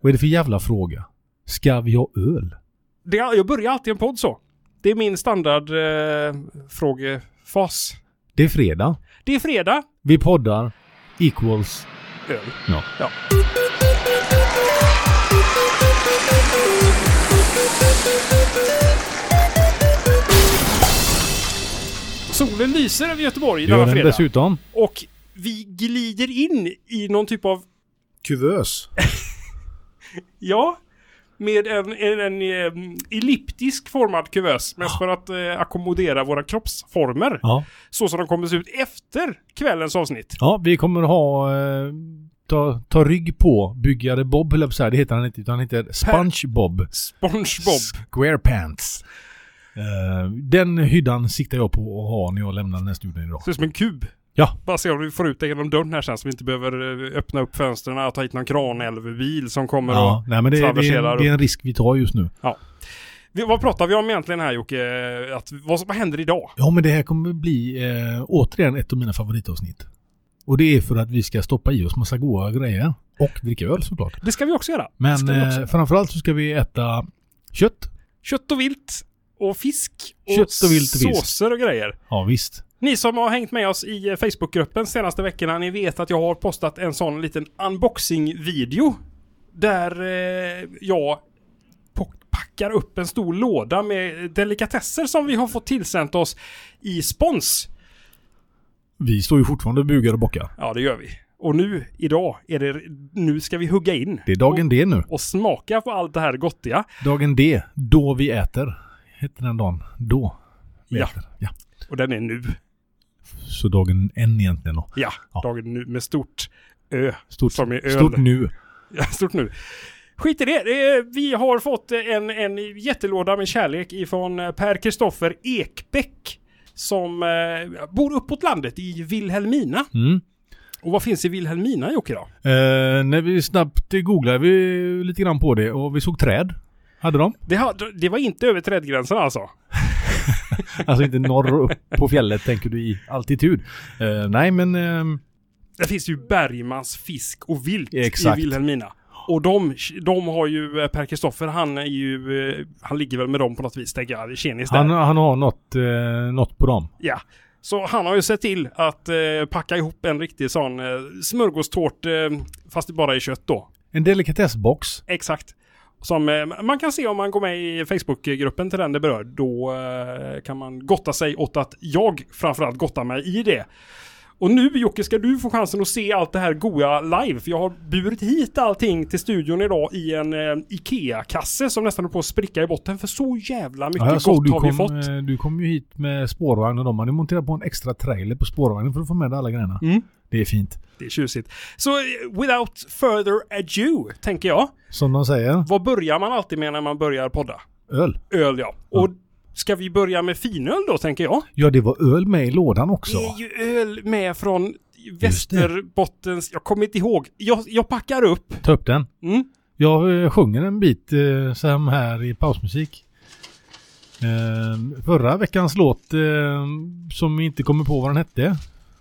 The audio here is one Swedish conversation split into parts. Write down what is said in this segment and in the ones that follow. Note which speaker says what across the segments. Speaker 1: Vad är det för jävla fråga? Ska vi ha öl?
Speaker 2: Det, jag börjar alltid en podd så. Det är min standardfrågefas. Eh, frågefas.
Speaker 1: Det är fredag.
Speaker 2: det är fredag.
Speaker 1: Vi poddar. Equals.
Speaker 2: Öl.
Speaker 1: Ja.
Speaker 2: Ja. Solen lyser över Göteborg
Speaker 1: Gör
Speaker 2: denna
Speaker 1: den
Speaker 2: fredag.
Speaker 1: dessutom.
Speaker 2: Och vi glider in i någon typ av,
Speaker 1: Kuvös.
Speaker 2: ja, med en, en, en, em, elliptisk formad kuvös.
Speaker 1: Ah.
Speaker 2: Mest för att eh, ackommodera våra kroppsformer.
Speaker 1: Ja.
Speaker 2: Så som de kommer se ut efter kvällens avsnitt.
Speaker 1: Ja, vi kommer ha... Eh, ta, ta rygg på byggare Bob, höll jag på att säga. Det heter han inte, utan han heter Sponge Bob.
Speaker 2: SpongeBob.
Speaker 1: Square Pants. Eh, den hyddan siktar jag på att ha när jag lämnar den här studion idag.
Speaker 2: Ser ut som en kub.
Speaker 1: Ja.
Speaker 2: Bara se om vi får ut det genom dörren här sen så vi inte behöver eh, öppna upp fönstren och ta hit någon kranälvebil som kommer
Speaker 1: ja.
Speaker 2: och...
Speaker 1: Nej, men det, det, är
Speaker 2: traverserar
Speaker 1: en,
Speaker 2: och-
Speaker 1: det är en risk vi tar just nu.
Speaker 2: Vi, vad pratar vi om egentligen här Jocke? Att, vad, vad händer idag?
Speaker 1: Ja, men det här kommer bli eh, återigen ett av mina favoritavsnitt. Och det är för att vi ska stoppa i oss massa goda grejer. Och dricka öl såklart.
Speaker 2: Det ska vi också göra. Det
Speaker 1: Men
Speaker 2: ska vi också.
Speaker 1: eh, framförallt så ska vi äta kött.
Speaker 2: Kött och vilt och fisk och,
Speaker 1: Kött och vilt och fisk.
Speaker 2: såser och grejer.
Speaker 1: Ja, visst.
Speaker 2: Ni som har hängt med oss i eh, Facebookgruppen senaste veckorna, ni vet att jag har postat en sån liten unboxing-video. Där eh, jag po- packar upp en stor låda med delikatesser som vi har fått tillsänt oss i spons.
Speaker 1: Vi står ju fortfarande och bugar och bockar.
Speaker 2: Ja, det gör vi. Och nu, idag, är det, nu ska vi hugga in.
Speaker 1: Det är dagen D nu.
Speaker 2: Och, och smaka på allt det här gottiga.
Speaker 1: Dagen D. Då vi äter. Hette den dagen. Då. vi
Speaker 2: Ja.
Speaker 1: äter. ja.
Speaker 2: Och den är nu.
Speaker 1: Så dagen N egentligen då.
Speaker 2: Ja,
Speaker 1: Ja.
Speaker 2: dagen nu med stort ö.
Speaker 1: Stort,
Speaker 2: Som i öl.
Speaker 1: stort nu.
Speaker 2: Ja, stort nu. Skit i det. Eh, Vi har fått en, en jättelåda med kärlek ifrån eh, Per Kristoffer Ekbäck. Som eh, bor uppåt landet i Vilhelmina.
Speaker 1: Mm.
Speaker 2: Och vad finns i Vilhelmina Jocke då?
Speaker 1: Eh, när vi snabbt googlade vi lite grann på det och vi såg träd. Hade de.
Speaker 2: Det, har- det var inte över trädgränsen alltså.
Speaker 1: Alltså inte norr och upp på fjället tänker du i altitud. Eh, nej men ehm,
Speaker 2: Det finns ju Bergmans fisk och vilt
Speaker 1: Exakt.
Speaker 2: i Vilhelmina. Och de, de har ju, eh, Per Kristoffer han är ju, eh, han ligger väl med dem på något vis tänker jag, keniskt
Speaker 1: han,
Speaker 2: där.
Speaker 1: han har något, eh, något på dem.
Speaker 2: Ja. Så han har ju sett till att eh, packa ihop en riktig sån eh, smörgåstårt, eh, fast det bara är kött då.
Speaker 1: En delikatessbox.
Speaker 2: Exakt. Som eh, man kan se om man går med i Facebookgruppen till den det berör. Då eh, kan man gotta sig åt att jag framförallt gottar mig i det. Och nu Jocke ska du få chansen att se allt det här goa live. För jag har burit hit allting till studion idag i en eh, Ikea-kasse som nästan är på att spricka i botten. För så jävla mycket
Speaker 1: Ja, jag såg
Speaker 2: gott
Speaker 1: du
Speaker 2: har vi
Speaker 1: kom,
Speaker 2: fått.
Speaker 1: eh, du kom ju hit med spårvagn och de hade monterat på en extra trailer på spårvagnen för att få med alla grejerna.
Speaker 2: Mm.
Speaker 1: Det är fint.
Speaker 2: Det är tjusigt. Så eh, without further ado, tänker jag.
Speaker 1: Som de säger,
Speaker 2: Vad börjar man alltid med när man börjar podda?
Speaker 1: öl.
Speaker 2: Öl ja.
Speaker 1: Mm.
Speaker 2: Och ska vi börja med finöl då, tänker jag?
Speaker 1: Ja, det var öl med i lådan också.
Speaker 2: Det är ju öl med från
Speaker 1: Just det.
Speaker 2: Västerbottens... Jag kommer inte ihåg. Jag, jag packar upp.
Speaker 1: Ta upp den.
Speaker 2: Mm.
Speaker 1: Jag eh, sjunger en bit eh, som här i pausmusik. Eh, förra veckans låt eh, som vi inte kommer på vad den hette.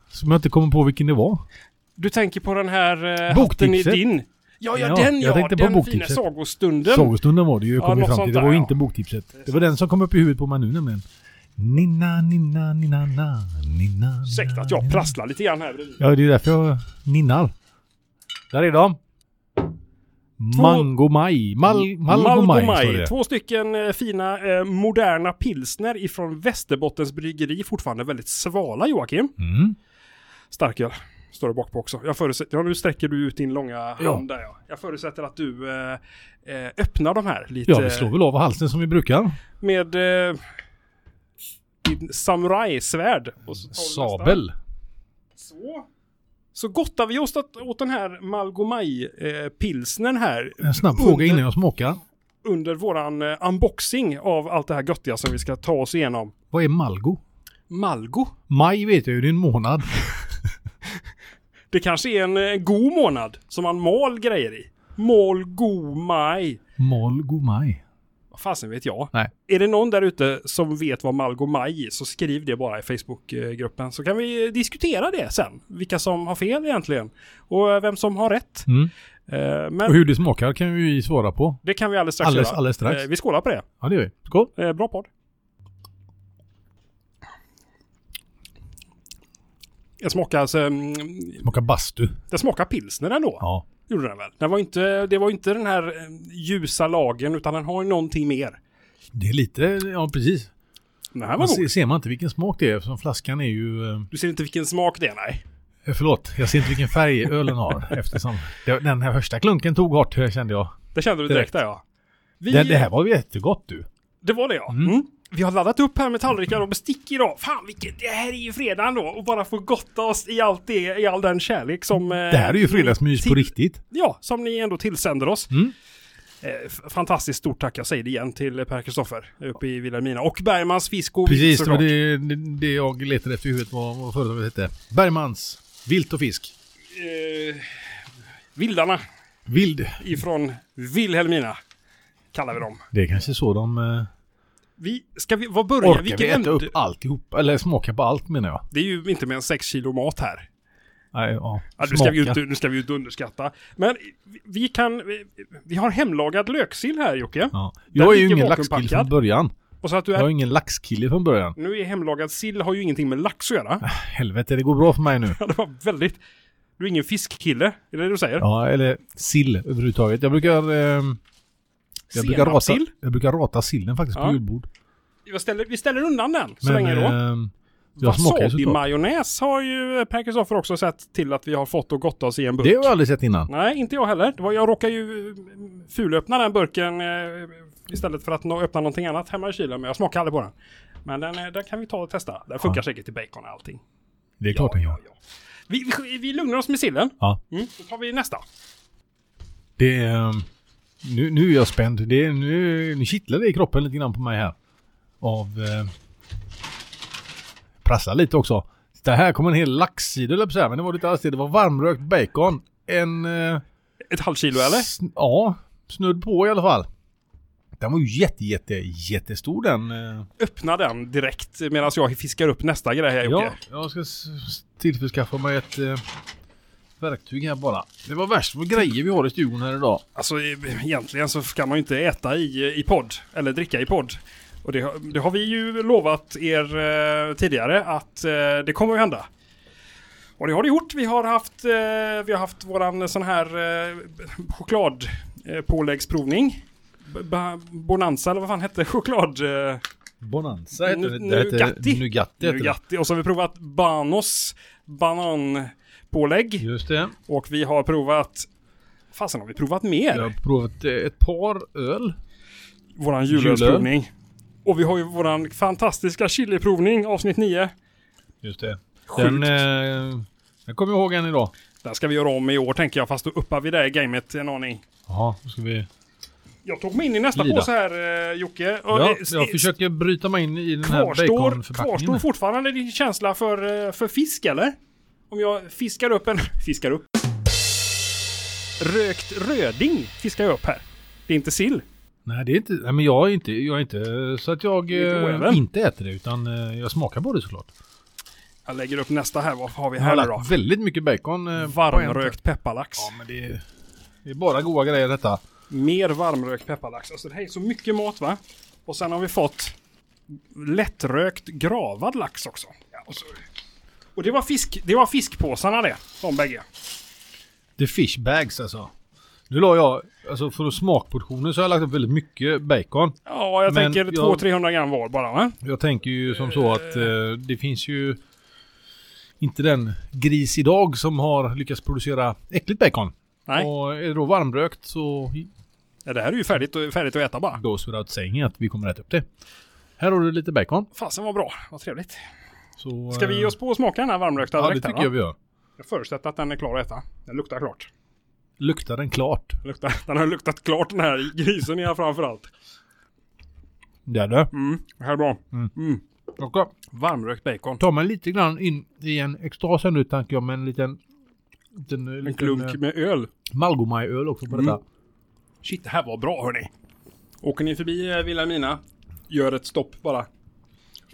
Speaker 1: Som jag inte kommer på vilken det var.
Speaker 2: Du tänker på den här... Eh,
Speaker 1: Boktipset.
Speaker 2: hatten är din. Ja, ja,
Speaker 1: Ja,
Speaker 2: den
Speaker 1: jag
Speaker 2: ja.
Speaker 1: tänkte på
Speaker 2: den fina
Speaker 1: boktipset.
Speaker 2: sagostunden.
Speaker 1: Sagostunden var det ju,
Speaker 2: Ja,
Speaker 1: kom vi
Speaker 2: något
Speaker 1: fram
Speaker 2: sånt
Speaker 1: till. Det
Speaker 2: där,
Speaker 1: var ju
Speaker 2: ja.
Speaker 1: inte boktipset. Det var den som kom upp i huvudet på mig nu nämligen. Ninna, ninna, ninna, na, ninna,
Speaker 2: Ursäkta
Speaker 1: na,
Speaker 2: att jag
Speaker 1: ninna.
Speaker 2: prasslar lite grann här bredvid.
Speaker 1: Ja, det är därför jag ninnar. Där är de. Mango Maj. Mal, Malgo Maj, står det.
Speaker 2: Två stycken eh, fina eh, moderna pilsner ifrån Västerbottens bryggeri. Fortfarande väldigt svala Joakim.
Speaker 1: Mm.
Speaker 2: Starköl. Står det bak på också. Jag förutsätter, ja, nu sträcker du ut din långa
Speaker 1: Ja.
Speaker 2: hand där ja. Jag förutsätter att du eh, eh, öppnar de här lite.
Speaker 1: Ja, vi slår väl av halsen som vi brukar.
Speaker 2: Med eh, din samurajsvärd. Och så tar vi nästa.
Speaker 1: Sabel.
Speaker 2: Så. Så gottar vi oss åt, åt den här Malgomaj-pilsnen här.
Speaker 1: En snabb
Speaker 2: Under-
Speaker 1: fråga innan jag smakar.
Speaker 2: Under våran eh, unboxing av allt det här göttiga som vi ska ta oss igenom.
Speaker 1: Vad är Malgo?
Speaker 2: Malgo?
Speaker 1: Maj vet jag ju, det är en månad.
Speaker 2: Det kanske är en eh, god månad som man mal grejer i. Mal, go, maj.
Speaker 1: Malgo Maj.
Speaker 2: Vad fasen vet jag?
Speaker 1: Nej.
Speaker 2: Är det någon där ute som vet vad Malgo Maj är så skriv det bara i Facebookgruppen så eh, kan vi diskutera det sen. Vilka eh, som har fel egentligen och vem som har rätt.
Speaker 1: Mm.
Speaker 2: Eh, Men
Speaker 1: Och hur det smakar kan vi svara på.
Speaker 2: det kan vi alldeles strax
Speaker 1: Alldeles,
Speaker 2: göra.
Speaker 1: alldeles strax.
Speaker 2: Eh, Vi skålar på det.
Speaker 1: Ja, det gör vi. Skål!
Speaker 2: Eh, Bra podd. Jag smakar alltså, mm,
Speaker 1: Smakar bastu.
Speaker 2: Den smakar pilsner ändå.
Speaker 1: Ja.
Speaker 2: Gjorde den väl? Den var inte, det var inte den här eh, ljusa lagen utan den har ju någonting mer.
Speaker 1: Det är lite, ja precis.
Speaker 2: Den här var
Speaker 1: Man
Speaker 2: god.
Speaker 1: ser, ser man inte vilken smak det är eftersom flaskan är ju... eh,
Speaker 2: Du ser inte vilken smak det är, nej.
Speaker 1: Eh, Förlåt, jag ser inte vilken färg ölen har eftersom det- den här första klunken tog hårt eh, kände jag.
Speaker 2: Det kände du direkt där ja. Vi,
Speaker 1: Det, det här var ju jättegott du.
Speaker 2: det var det ja. Mm. Vi har laddat upp här med tallrikar och bestick idag. Fan vilket, det här är ju fredagen då. Och bara få gotta oss i allt det, i all den kärlek som... eh,
Speaker 1: Det här är ju fredagsmys på
Speaker 2: till-
Speaker 1: riktigt.
Speaker 2: Ja, som ni ändå tillsänder oss.
Speaker 1: Mm.
Speaker 2: Eh, f- Fantastiskt stort tack, jag säger det igen, till eh, Per Kristoffer uppe i Vilhelmina. Och Bergmans Fisk och
Speaker 1: Precis, det var
Speaker 2: såklart.
Speaker 1: det, det- det jag letade efter i huvudet vad, vad företaget hette. Bergmans, vilt och fisk.
Speaker 2: Eh, vildarna.
Speaker 1: Vild.
Speaker 2: ifrån Vilhelmina. Kallar vi dem.
Speaker 1: Det är kanske så de eh,
Speaker 2: Vi, ska vi, vad börjar
Speaker 1: orkar
Speaker 2: vi?
Speaker 1: vi
Speaker 2: änd-
Speaker 1: äta upp alltihop. Eller smaka på allt menar jag.
Speaker 2: Det är ju inte mer än 6 kilo mat här.
Speaker 1: Nej, ja.
Speaker 2: Ja, nu, ska vi ju inte, nu ska vi ju inte underskatta. Men vi- vi kan... vi- Vi har hemlagad löksill här Jocke.
Speaker 1: Ja.
Speaker 2: Den
Speaker 1: Jag är ju
Speaker 2: ligger
Speaker 1: ingen laxkille
Speaker 2: vakuumpackad.
Speaker 1: från början.
Speaker 2: Och så att du
Speaker 1: Jag är
Speaker 2: är,
Speaker 1: ingen laxkille från början.
Speaker 2: nu är hemlagad sill har ju ingenting med lax att göra.
Speaker 1: Helvete, det går bra för mig nu.
Speaker 2: Ja, det var väldigt... Du är ingen fiskkille, är det det du säger?
Speaker 1: Ja, eller sill överhuvudtaget. Jag brukar... ehm, jag, brukar rata,
Speaker 2: Senapssill?
Speaker 1: jag brukar rata sillen faktiskt på
Speaker 2: Ja.
Speaker 1: julbord.
Speaker 2: Jag ställer, vi ställer undan den så länge då.
Speaker 1: ehm, jag smakar ju såklart.
Speaker 2: Wasabi-majonnäs har ju eh, Per Kristoffer också sett till att vi har fått och gotta oss i en burk.
Speaker 1: Det har jag aldrig sett innan.
Speaker 2: Nej, inte jag heller. Det var, jag råkade ju eh, fulöppna den burken eh, istället för att nå- öppna någonting annat hemma i kylen. Men jag smakade aldrig på den. Men den, eh, den kan vi ta och testa. Den funkar säkert till bacon och allting.
Speaker 1: Det är klart den gör.
Speaker 2: Vi, vi, vi lugnar oss med sillen.
Speaker 1: Ja.
Speaker 2: Mm, då tar vi nästa.
Speaker 1: Det är... ehm, Nu, nu är jag spänd. Det är, nu, nu kittlar det i kroppen lite grann på mig här. Av... Eh, prasslar lite också. Det här kommer en hel laxsida höll jag på att säga, men det var det inte alls det. Det var varmrökt bacon. En... Eh,
Speaker 2: Ett halvt kilo eller?
Speaker 1: Sn- ja, snudd på i alla fall. Den var ju jätte, jätte, jättestor den. eh.
Speaker 2: Öppna den direkt medan jag fiskar upp nästa grej här Jocke.
Speaker 1: Ja, jag ska s- s- tillförskaffa mig ett eh, verktyg här bara. Det var värst vad grejer vi har i studion här idag.
Speaker 2: Alltså e- egentligen så ska man ju inte äta i, i podd. Eller dricka i podd. Och det, har- det har vi ju lovat er eh, tidigare att eh, det kommer att hända. Och det har det gjort. Vi har haft, eh, vi har haft våran sån här eh, chokladpåläggsprovning. B- ba- Bonanza eller vad fan hette choklad... Eh,
Speaker 1: Bonanza
Speaker 2: heter det. Det heter- Nugatti. nougat. Och så har vi provat Banos bananpålägg.
Speaker 1: Just det.
Speaker 2: Och vi har provat... Fasen har vi provat mer?
Speaker 1: Jag har provat eh, ett par öl.
Speaker 2: våran julölsprovning. Och vi har ju våran fantastiska chiliprovning avsnitt 9.
Speaker 1: Just det.
Speaker 2: Sjukt.
Speaker 1: Den, eh, jag kommer ihåg en idag.
Speaker 2: Den ska vi göra om i år tänker jag, fast då uppar vi det gamet en aning.
Speaker 1: Jaha, då ska vi...
Speaker 2: Jag tog mig in i nästa
Speaker 1: Lida.
Speaker 2: påse här eh, Jocke. Och
Speaker 1: Ja,
Speaker 2: det-
Speaker 1: jag försöker bryta mig in i den här
Speaker 2: kvarstår,
Speaker 1: baconförpackningen.
Speaker 2: kvarstår fortfarande din känsla för, eh, för fisk eller? Om jag fiskar upp en... Fiskar upp? Rökt röding fiskar jag upp här. Det är inte sill.
Speaker 1: Nej, det är inte, nej, men jag är inte, jag är inte så att jag
Speaker 2: är inte
Speaker 1: eh,
Speaker 2: oäven.
Speaker 1: inte äter det utan eh, jag smakar på det såklart.
Speaker 2: Jag lägger upp nästa här. Vad har vi
Speaker 1: Jag har
Speaker 2: här nu då?
Speaker 1: lagt väldigt mycket bacon. eh, på en-
Speaker 2: Varmrökt pepparlax.
Speaker 1: Ja, men det är, det är bara goda grejer detta.
Speaker 2: Mer varmrökt pepparlax. Alltså det här är så mycket mat va? Och sen har vi fått lättrökt gravad lax också. Ja, och, så. och det var, fisk, det var fiskpåsarna det. De bägge.
Speaker 1: The fish bags alltså. Nu la jag, alltså för smakportioner så har jag lagt upp väldigt mycket bacon.
Speaker 2: Ja, jag
Speaker 1: Men
Speaker 2: tänker
Speaker 1: jag-
Speaker 2: 200-300 gram var bara va?
Speaker 1: Jag tänker ju som så att eh, det finns ju inte den gris idag som har lyckats producera äckligt bacon.
Speaker 2: Nej,
Speaker 1: Och är det då varmrökt så
Speaker 2: ja, det här är ju färdigt, färdigt att äta bara.
Speaker 1: goes without saying att vi kommer äta upp det. Här har du lite bacon.
Speaker 2: Fasen var bra, vad trevligt.
Speaker 1: Så,
Speaker 2: Ska vi ge
Speaker 1: eh,
Speaker 2: oss på och smaka den här varmrökta
Speaker 1: Ja, det
Speaker 2: direkt här,
Speaker 1: tycker jag
Speaker 2: va?
Speaker 1: vi gör.
Speaker 2: Jag förutsätter att den är klar att äta. Den luktar klart.
Speaker 1: Luktar den klart?
Speaker 2: Den, luktar, den har luktat klart den här grisen ja, framförallt.
Speaker 1: Det är det.
Speaker 2: Mm, det här är bra.
Speaker 1: Jag ska
Speaker 2: Varmrökt bacon.
Speaker 1: ta mig lite grann in i en extas här nu tänker jag med en liten... liten
Speaker 2: En klunk
Speaker 1: Mm.
Speaker 2: med öl.
Speaker 1: Malgomajöl också på
Speaker 2: Mm.
Speaker 1: detta.
Speaker 2: Shit, det här var bra hörni. Åker ni förbi eh, Vilhelmina, gör ett stopp bara.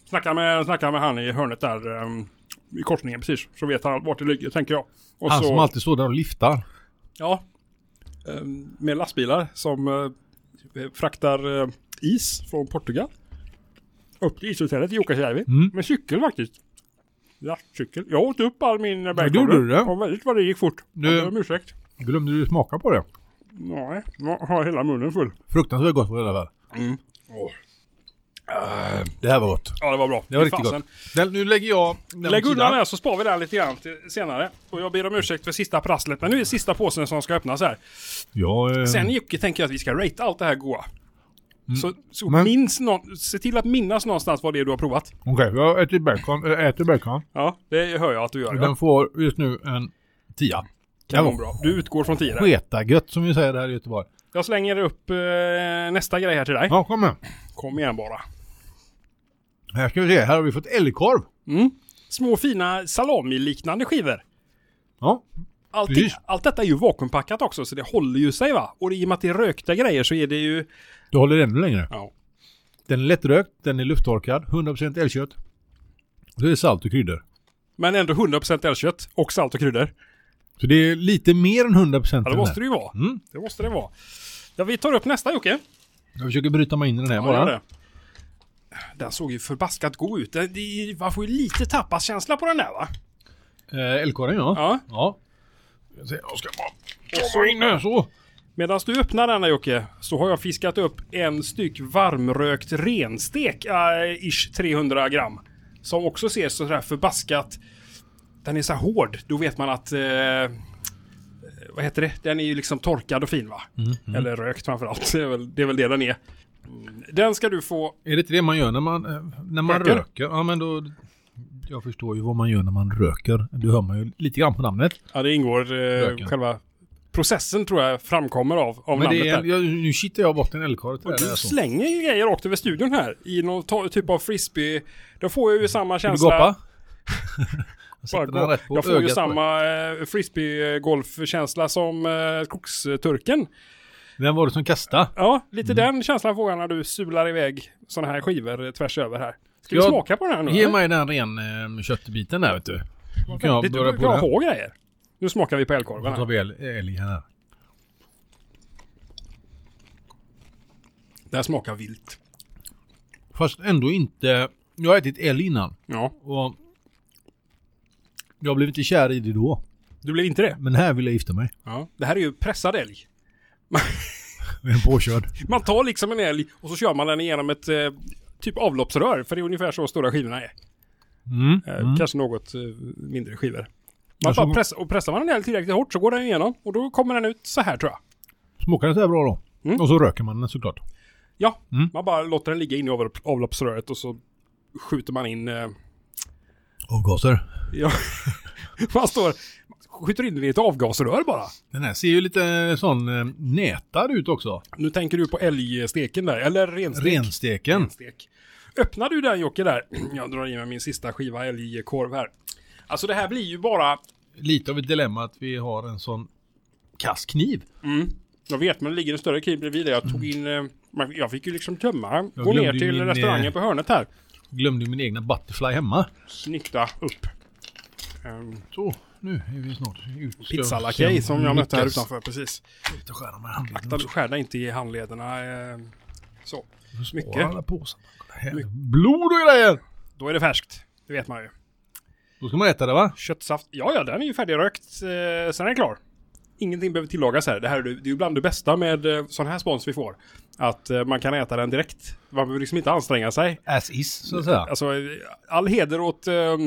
Speaker 2: Snacka med, snacka med han i hörnet där ehm, i korsningen precis, så vet han vart det ligger tänker jag. Och
Speaker 1: Han
Speaker 2: så,
Speaker 1: som alltid står där och lyftar.
Speaker 2: Ja. eh, med lastbilar som eh, fraktar eh, is från Portugal. Upp till ishotellet i Jukkasjärvi.
Speaker 1: Mm.
Speaker 2: Med cykel faktiskt. Lastcykel. Jag åt upp all min eh, bacon.
Speaker 1: gjorde du det?
Speaker 2: Och väldigt vad det gick fort.
Speaker 1: Du-
Speaker 2: Jag ber om ursäkt.
Speaker 1: Glömde du smaka på det?
Speaker 2: Nej, jag har hela munnen full.
Speaker 1: Fruktansvärt gott var det i alla fall.
Speaker 2: Mm. Åh.
Speaker 1: Det här var gott.
Speaker 2: Ja, det var bra.
Speaker 1: Det var
Speaker 2: Fy
Speaker 1: riktigt
Speaker 2: fasen.
Speaker 1: gott. Den, nu lägger jag den
Speaker 2: Lägg
Speaker 1: åt
Speaker 2: undan
Speaker 1: sidan.
Speaker 2: den här så spar vi den lite grann till senare. Och jag ber om ursäkt för sista prasslet. Men nu är det sista påsen som ska öppnas
Speaker 1: Mm.
Speaker 2: här.
Speaker 1: Ja, eh,
Speaker 2: Sen Jocke tänker jag att vi ska rate allt det här goa. Så, så
Speaker 1: Mm. Men-
Speaker 2: minns någon, se till att minnas någonstans vad det är du har provat.
Speaker 1: Okej, jag äter bacon. Jag äter bacon.
Speaker 2: Ja, det hör jag att du gör. Ja.
Speaker 1: Den får just nu en tia.
Speaker 2: Kan
Speaker 1: var
Speaker 2: vara bra. Du utgår från tio där.
Speaker 1: Sketagött som vi säger här i Göteborg.
Speaker 2: Jag slänger upp eh, nästa grej här till dig.
Speaker 1: Ja, kom igen.
Speaker 2: Kom igen bara.
Speaker 1: Här ska vi se. Här har vi fått älgkorv.
Speaker 2: Mm. Små fina salami-liknande skivor.
Speaker 1: Ja.
Speaker 2: Allting,
Speaker 1: Precis.
Speaker 2: allt detta är ju vakuumpackat också så det håller ju sig va. Och i och med att det är rökta grejer så är det ju...
Speaker 1: Du håller ännu längre.
Speaker 2: Ja.
Speaker 1: Den är lättrökt, den är lufttorkad, 100% älgkött. Och så är det salt och kryddor.
Speaker 2: Men ändå 100% älgkött och salt och kryddor.
Speaker 1: Så det är lite mer än 100%
Speaker 2: Ja,
Speaker 1: i
Speaker 2: det
Speaker 1: den
Speaker 2: måste
Speaker 1: här.
Speaker 2: det ju vara.
Speaker 1: Mm.
Speaker 2: Det måste det vara. Ja, vi tar upp nästa Jocke.
Speaker 1: Jag försöker bryta mig in i den här
Speaker 2: Ja,
Speaker 1: bara.
Speaker 2: gör det. Den såg ju förbaskat god ut. Det- det- Man får ju lite tappaskänsla på den där va?
Speaker 1: Eh, Älgkorven ja.
Speaker 2: Ja.
Speaker 1: Ja. Jag ska se, jag ska bara komma in här så.
Speaker 2: Medan du öppnar denna Jocke så har jag fiskat upp en styck varmrökt renstek, eh, ish 300 gram. Som också ser sådär förbaskat... Den är så här hård, då vet man att... Eh, vad heter det? Den är ju liksom torkad och fin va?
Speaker 1: Mm,
Speaker 2: Eller rökt framförallt, det är väl det, är väl det den är. Mm, Den ska du få...
Speaker 1: Är det inte det man gör när man, eh, när man
Speaker 2: Röker?
Speaker 1: röker? Ja men då... Jag förstår ju vad man gör när man röker. Du hör man ju lite grann på namnet.
Speaker 2: Ja, det ingår eh,
Speaker 1: Röken.
Speaker 2: själva... Processen tror jag framkommer av, av
Speaker 1: Men
Speaker 2: namnet
Speaker 1: det är,
Speaker 2: där.
Speaker 1: en- jag, nu kittar jag bort en älgkorv till
Speaker 2: Och
Speaker 1: det
Speaker 2: du
Speaker 1: här, alltså. så.
Speaker 2: slänger ju grejer rakt över studion här i någon ta- typ av frisbee. Då får jag ju samma
Speaker 1: Vill du
Speaker 2: känsla.
Speaker 1: gapa? jag
Speaker 2: Bara
Speaker 1: sätter
Speaker 2: gå-
Speaker 1: den rätt på
Speaker 2: jag får ju
Speaker 1: ögat på dig.
Speaker 2: samma eh, frisbee-golf-känsla som eh, skogsturken.
Speaker 1: Vem var det som kastade?
Speaker 2: Ja, lite
Speaker 1: Mm.
Speaker 2: den känslan får jag när du sular iväg sådana här skivor eh, tvärs över här. Ska vi
Speaker 1: Jag-
Speaker 2: smaka på den här nu?
Speaker 1: Ge
Speaker 2: eller?
Speaker 1: mig den ren eh, köttbiten där vet du. Då kan
Speaker 2: det
Speaker 1: jag börja
Speaker 2: brukar
Speaker 1: på
Speaker 2: jag
Speaker 1: den.
Speaker 2: ha grejer. Nu smakar vi på
Speaker 1: Då
Speaker 2: älgkorven
Speaker 1: tar
Speaker 2: här.
Speaker 1: vi älg- älgen här.
Speaker 2: Den smakar vilt.
Speaker 1: Fast ändå inte. Jag har ätit älg innan.
Speaker 2: Ja,
Speaker 1: Och jag blev inte kär i det då.
Speaker 2: du blev inte det?
Speaker 1: Men här vill jag gifta mig.
Speaker 2: Ja. Det här är ju pressad älg.
Speaker 1: Jag är påkörd.
Speaker 2: Man tar liksom en älg och så kör man den igenom ett eh, typ avloppsrör. För det är ungefär så stora skivorna är.
Speaker 1: Mm.
Speaker 2: Eh, Kanske något eh, mindre skivor. Man
Speaker 1: Jag
Speaker 2: bara
Speaker 1: såg-
Speaker 2: pressar, och pressar man den älg tillräckligt hårt så går den igenom. Och då kommer den ut så här tror jag.
Speaker 1: Smakar den så här bra då?
Speaker 2: Mm.
Speaker 1: Och så röker man den såklart.
Speaker 2: Ja,
Speaker 1: Mm.
Speaker 2: man bara låter den ligga in i avlopp- avloppsröret och så skjuter man in... Eh,
Speaker 1: Avgaser.
Speaker 2: ja, man står... Skjuter in den i ett avgasrör bara.
Speaker 1: Den här ser ju lite eh, sån eh, nätad ut också.
Speaker 2: Nu tänker du på älgsteken där, eller renstek.
Speaker 1: Rensteken.
Speaker 2: Renstek. Öppnar du den Jocke där? Jag drar i mig min sista skiva älgkorv här. Alltså det här blir ju bara...
Speaker 1: Lite av ett dilemma att vi har en sån kass kniv.
Speaker 2: Jag vet, men det ligger en större kniv bredvid där. Jag tog in... Eh, man- jag fick ju liksom tömma.
Speaker 1: Jag
Speaker 2: Gå ner
Speaker 1: glömde ju
Speaker 2: till
Speaker 1: min, eh,
Speaker 2: restaurangen på hörnet här.
Speaker 1: Glömde min egna Butterfly hemma.
Speaker 2: Snitta upp. Um,
Speaker 1: Så, nu är vi snart ute.
Speaker 2: Pizzalackej som jag mötte här utanför precis.
Speaker 1: Sluta skära med handen.
Speaker 2: Akta du skär dig inte i handlederna. eh, Så. mycket.
Speaker 1: Blod och grejer!
Speaker 2: Då är det färskt. Det vet man ju.
Speaker 1: Då ska man äta det va?
Speaker 2: Köttsaft. Ja, ja, den är ju färdigrökt. eh, Sen är den klar. Ingenting behöver tillagas här. Det här är ju- det är ju bland det bästa med eh, sån här spons vi får. Att eh, man kan äta den direkt. Man behöver liksom inte anstränga sig.
Speaker 1: As is, så att säga.
Speaker 2: Alltså, eh, all heder åt, eh,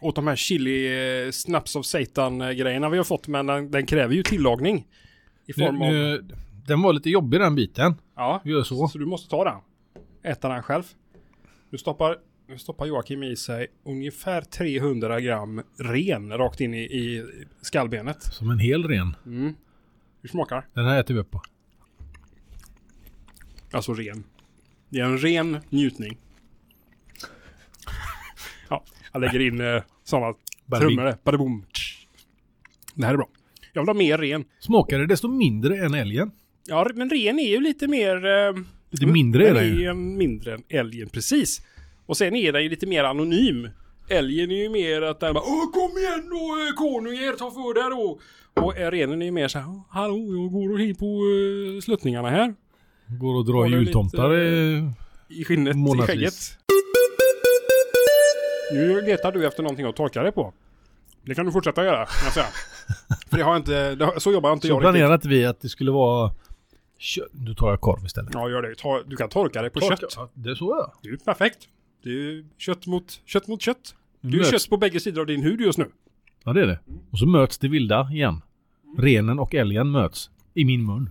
Speaker 2: åt de här chili eh, snaps of satan-grejerna vi har fått. Men den, den kräver ju tillagning. I
Speaker 1: Nu,
Speaker 2: form av...
Speaker 1: nu, den var lite jobbig den biten.
Speaker 2: Ja.
Speaker 1: Vi gör så.
Speaker 2: Så du måste ta den. Äta den själv. Nu stoppar, nu stoppar Joakim i sig ungefär 300 gram ren rakt in i, i skallbenet.
Speaker 1: Som en hel ren.
Speaker 2: Hur smakar?
Speaker 1: Den här äter vi upp på.
Speaker 2: Alltså ren. Det är en ren njutning. ja, jag lägger in eh, sådana
Speaker 1: Bada bing.
Speaker 2: trummor där. Badaboom. Tsch. Det här är bra. Jag vill ha mer ren.
Speaker 1: Smakade desto mindre än älgen.
Speaker 2: Ja, men ren är ju lite mer... Eh,
Speaker 1: Lite mindre är den ju.
Speaker 2: ju. Mindre än älgen, precis. Och sen är den ju lite mer anonym. Älgen är ju mer att den bara Åh, kom igen då eh, konungar, ta för dig då. Och eh, renen är ju mer så här, hallå, jag går och hit på eh, sluttningarna här.
Speaker 1: Går och drar
Speaker 2: Håller lite-
Speaker 1: jultomtar eh,
Speaker 2: I skinnet, i
Speaker 1: Månadsvis.
Speaker 2: skägget. Nu letar du efter någonting att torka dig på. Det kan du fortsätta göra, kan jag säga. För det har jag inte, det har, så jobbar inte
Speaker 1: Så
Speaker 2: jag riktigt.
Speaker 1: planerat vi att det skulle vara... kö- Nu tar jag korv istället.
Speaker 2: Ja, gör det. Ta, du kan torka dig på kött.
Speaker 1: Ja, Det är så ja.
Speaker 2: Det är ju perfekt. Det är ju kött mot kött. Mot kött. Du är
Speaker 1: Möts.
Speaker 2: kött på bägge sidor av din hud just nu.
Speaker 1: Ja det är det. Och så möts det vilda igen. Renen och älgen möts. I min mun.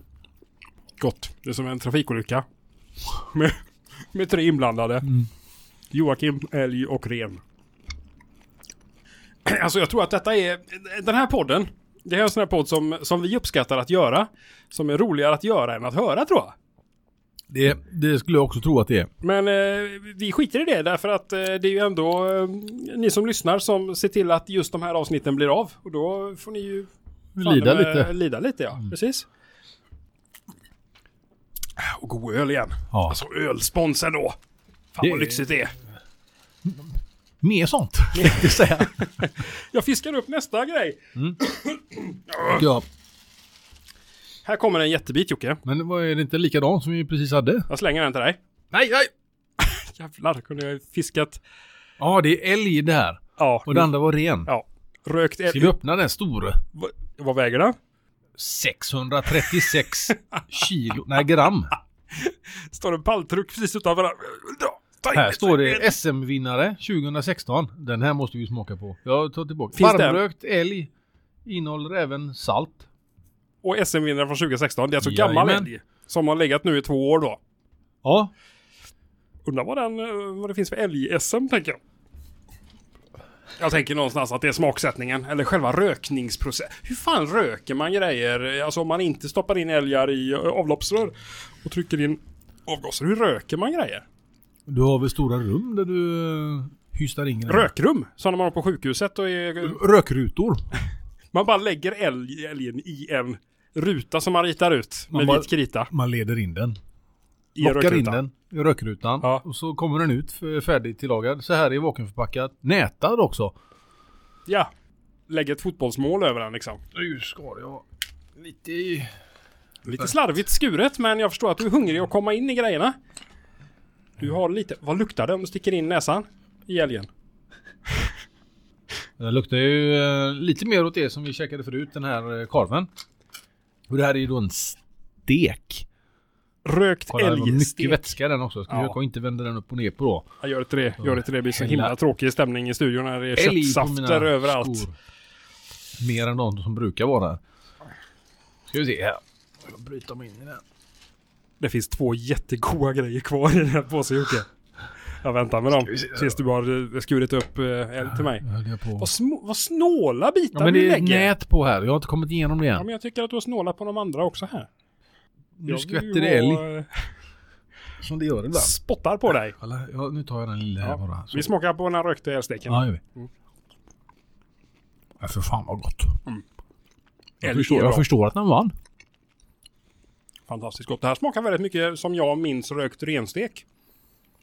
Speaker 2: Gott. Det är som en trafikolycka. Med, med tre inblandade. Joakim, älg och ren. Alltså jag tror att detta är... Den här podden. Det här är en sån här podd som, som vi uppskattar att göra. Som är roligare att göra än att höra tror jag.
Speaker 1: Det, det skulle jag också tro att det är.
Speaker 2: Men eh, vi skiter i det därför att eh, det är ju ändå eh, ni som lyssnar som ser till att just de här avsnitten blir av. Och då får ni ju Fan,
Speaker 1: Lida
Speaker 2: det med-
Speaker 1: lite. Mm.
Speaker 2: Lida lite ja, precis. Äh, Och god öl igen.
Speaker 1: Ja.
Speaker 2: Alltså ölsponsen då. Fan
Speaker 1: Det
Speaker 2: vad
Speaker 1: är-
Speaker 2: lyxigt det är.
Speaker 1: Mer sånt. tänkte jag säga.
Speaker 2: Jag fiskar upp nästa grej.
Speaker 1: ja.
Speaker 2: Här kommer en jättebit Jocke.
Speaker 1: Men vad är det inte likadant som vi precis hade?
Speaker 2: Jag slänger den till dig.
Speaker 1: Nej, nej!
Speaker 2: Jävlar, kunde jag ju fiskat.
Speaker 1: Ja, det är älg det här.
Speaker 2: Ja,
Speaker 1: Och det andra var ren.
Speaker 2: ja. rökt
Speaker 1: Ska vi
Speaker 2: älg.
Speaker 1: öppna den store?
Speaker 2: Vad- Vad väger den?
Speaker 1: 636 kilo, nej gram.
Speaker 2: Står en palltruck precis utanför den. Dra, ta in
Speaker 1: Här står det SM-vinnare 2016. Den här måste vi smaka på. Jag tar tillbaka.
Speaker 2: Finns det?
Speaker 1: Varmrökt älg innehåller även salt.
Speaker 2: Och SM-vinnaren från 2016. Det är alltså gammal
Speaker 1: Jajamän.
Speaker 2: älg. Som har legat nu i två år då.
Speaker 1: Ja,
Speaker 2: Undrar vad, den, eh, vad det finns för älg-SM tänker jag. Jag tänker någonstans att det är smaksättningen eller själva rökningsprocessen. Hur fan röker man grejer? Alltså om man inte stoppar in älgar i eh, avloppsrör och trycker in avgaser. Hur röker man grejer?
Speaker 1: Mm. du har väl stora rum där du eh, hystar in grejer?
Speaker 2: Rökrum, sådana man har på sjukhuset och är,
Speaker 1: Rökrutor.
Speaker 2: Man bara lägger älg, älgen i en ruta som man ritar ut med
Speaker 1: Man bara-
Speaker 2: vit krita.
Speaker 1: Man leder in den.
Speaker 2: I en
Speaker 1: Lockar in
Speaker 2: rökruta.
Speaker 1: den i rökrutan.
Speaker 2: Ja.
Speaker 1: Och så kommer den ut f- färdigtillagad. Så här i vakuumförpackad. Nätad också.
Speaker 2: Ja. Lägger ett fotbollsmål över den liksom.
Speaker 1: Nu ska jag lite i...
Speaker 2: Lite slarvigt skuret, men jag förstår att du är hungrig och komma in i grejerna. Du har lite... Vad luktar det om du sticker in näsan i älgen?
Speaker 1: Det luktar ju eh, lite mer åt det som vi käkade förut, den här eh, korven. Och det här är ju då en stek.
Speaker 2: Rökt
Speaker 1: Kolla, det var mycket
Speaker 2: älgstek.
Speaker 1: vätska den också. Jag ska
Speaker 2: Ja.
Speaker 1: försöka inte vända den upp och ner på då.
Speaker 2: Jag gör inte det. Gör inte det. Det blir så himla
Speaker 1: Hela-
Speaker 2: tråkig stämning i studion när det
Speaker 1: Älg
Speaker 2: är
Speaker 1: på
Speaker 2: köttsafter
Speaker 1: mina
Speaker 2: överallt.
Speaker 1: skor. Mer än de som brukar vara här. Ska vi se här. Jag bryter mig in i den.
Speaker 2: Det finns två jättegoda grejer kvar i den här påsen, Jocke. Jag väntar med dem
Speaker 1: vi se.
Speaker 2: tills du har eh, skurit upp eh, älg till mig.
Speaker 1: Jag höll jag på.
Speaker 2: Vad, små, vad snåla bitar
Speaker 1: Ja, men
Speaker 2: du
Speaker 1: det är ett
Speaker 2: lägger.
Speaker 1: nät på här. Jag har inte kommit igenom det
Speaker 2: Ja,
Speaker 1: än.
Speaker 2: men jag tycker att du har snålat på de andra också här.
Speaker 1: Nu skvätter
Speaker 2: vill
Speaker 1: det
Speaker 2: ju
Speaker 1: älg.
Speaker 2: ha, eh,
Speaker 1: Som det gör ibland.
Speaker 2: Spottar på dig.
Speaker 1: Kolla, ja, nu tar jag den lilla
Speaker 2: Ja.
Speaker 1: här bara. Så.
Speaker 2: Vi Mm. smakar på den här rökta älgsteken.
Speaker 1: Ja, gör vi. Ja, för fan vad gott. Jag
Speaker 2: Älg
Speaker 1: förstår,
Speaker 2: är bra.
Speaker 1: jag förstår att den vann.
Speaker 2: Fantastiskt gott. Det här smakar väldigt mycket som jag minns rökt renstek.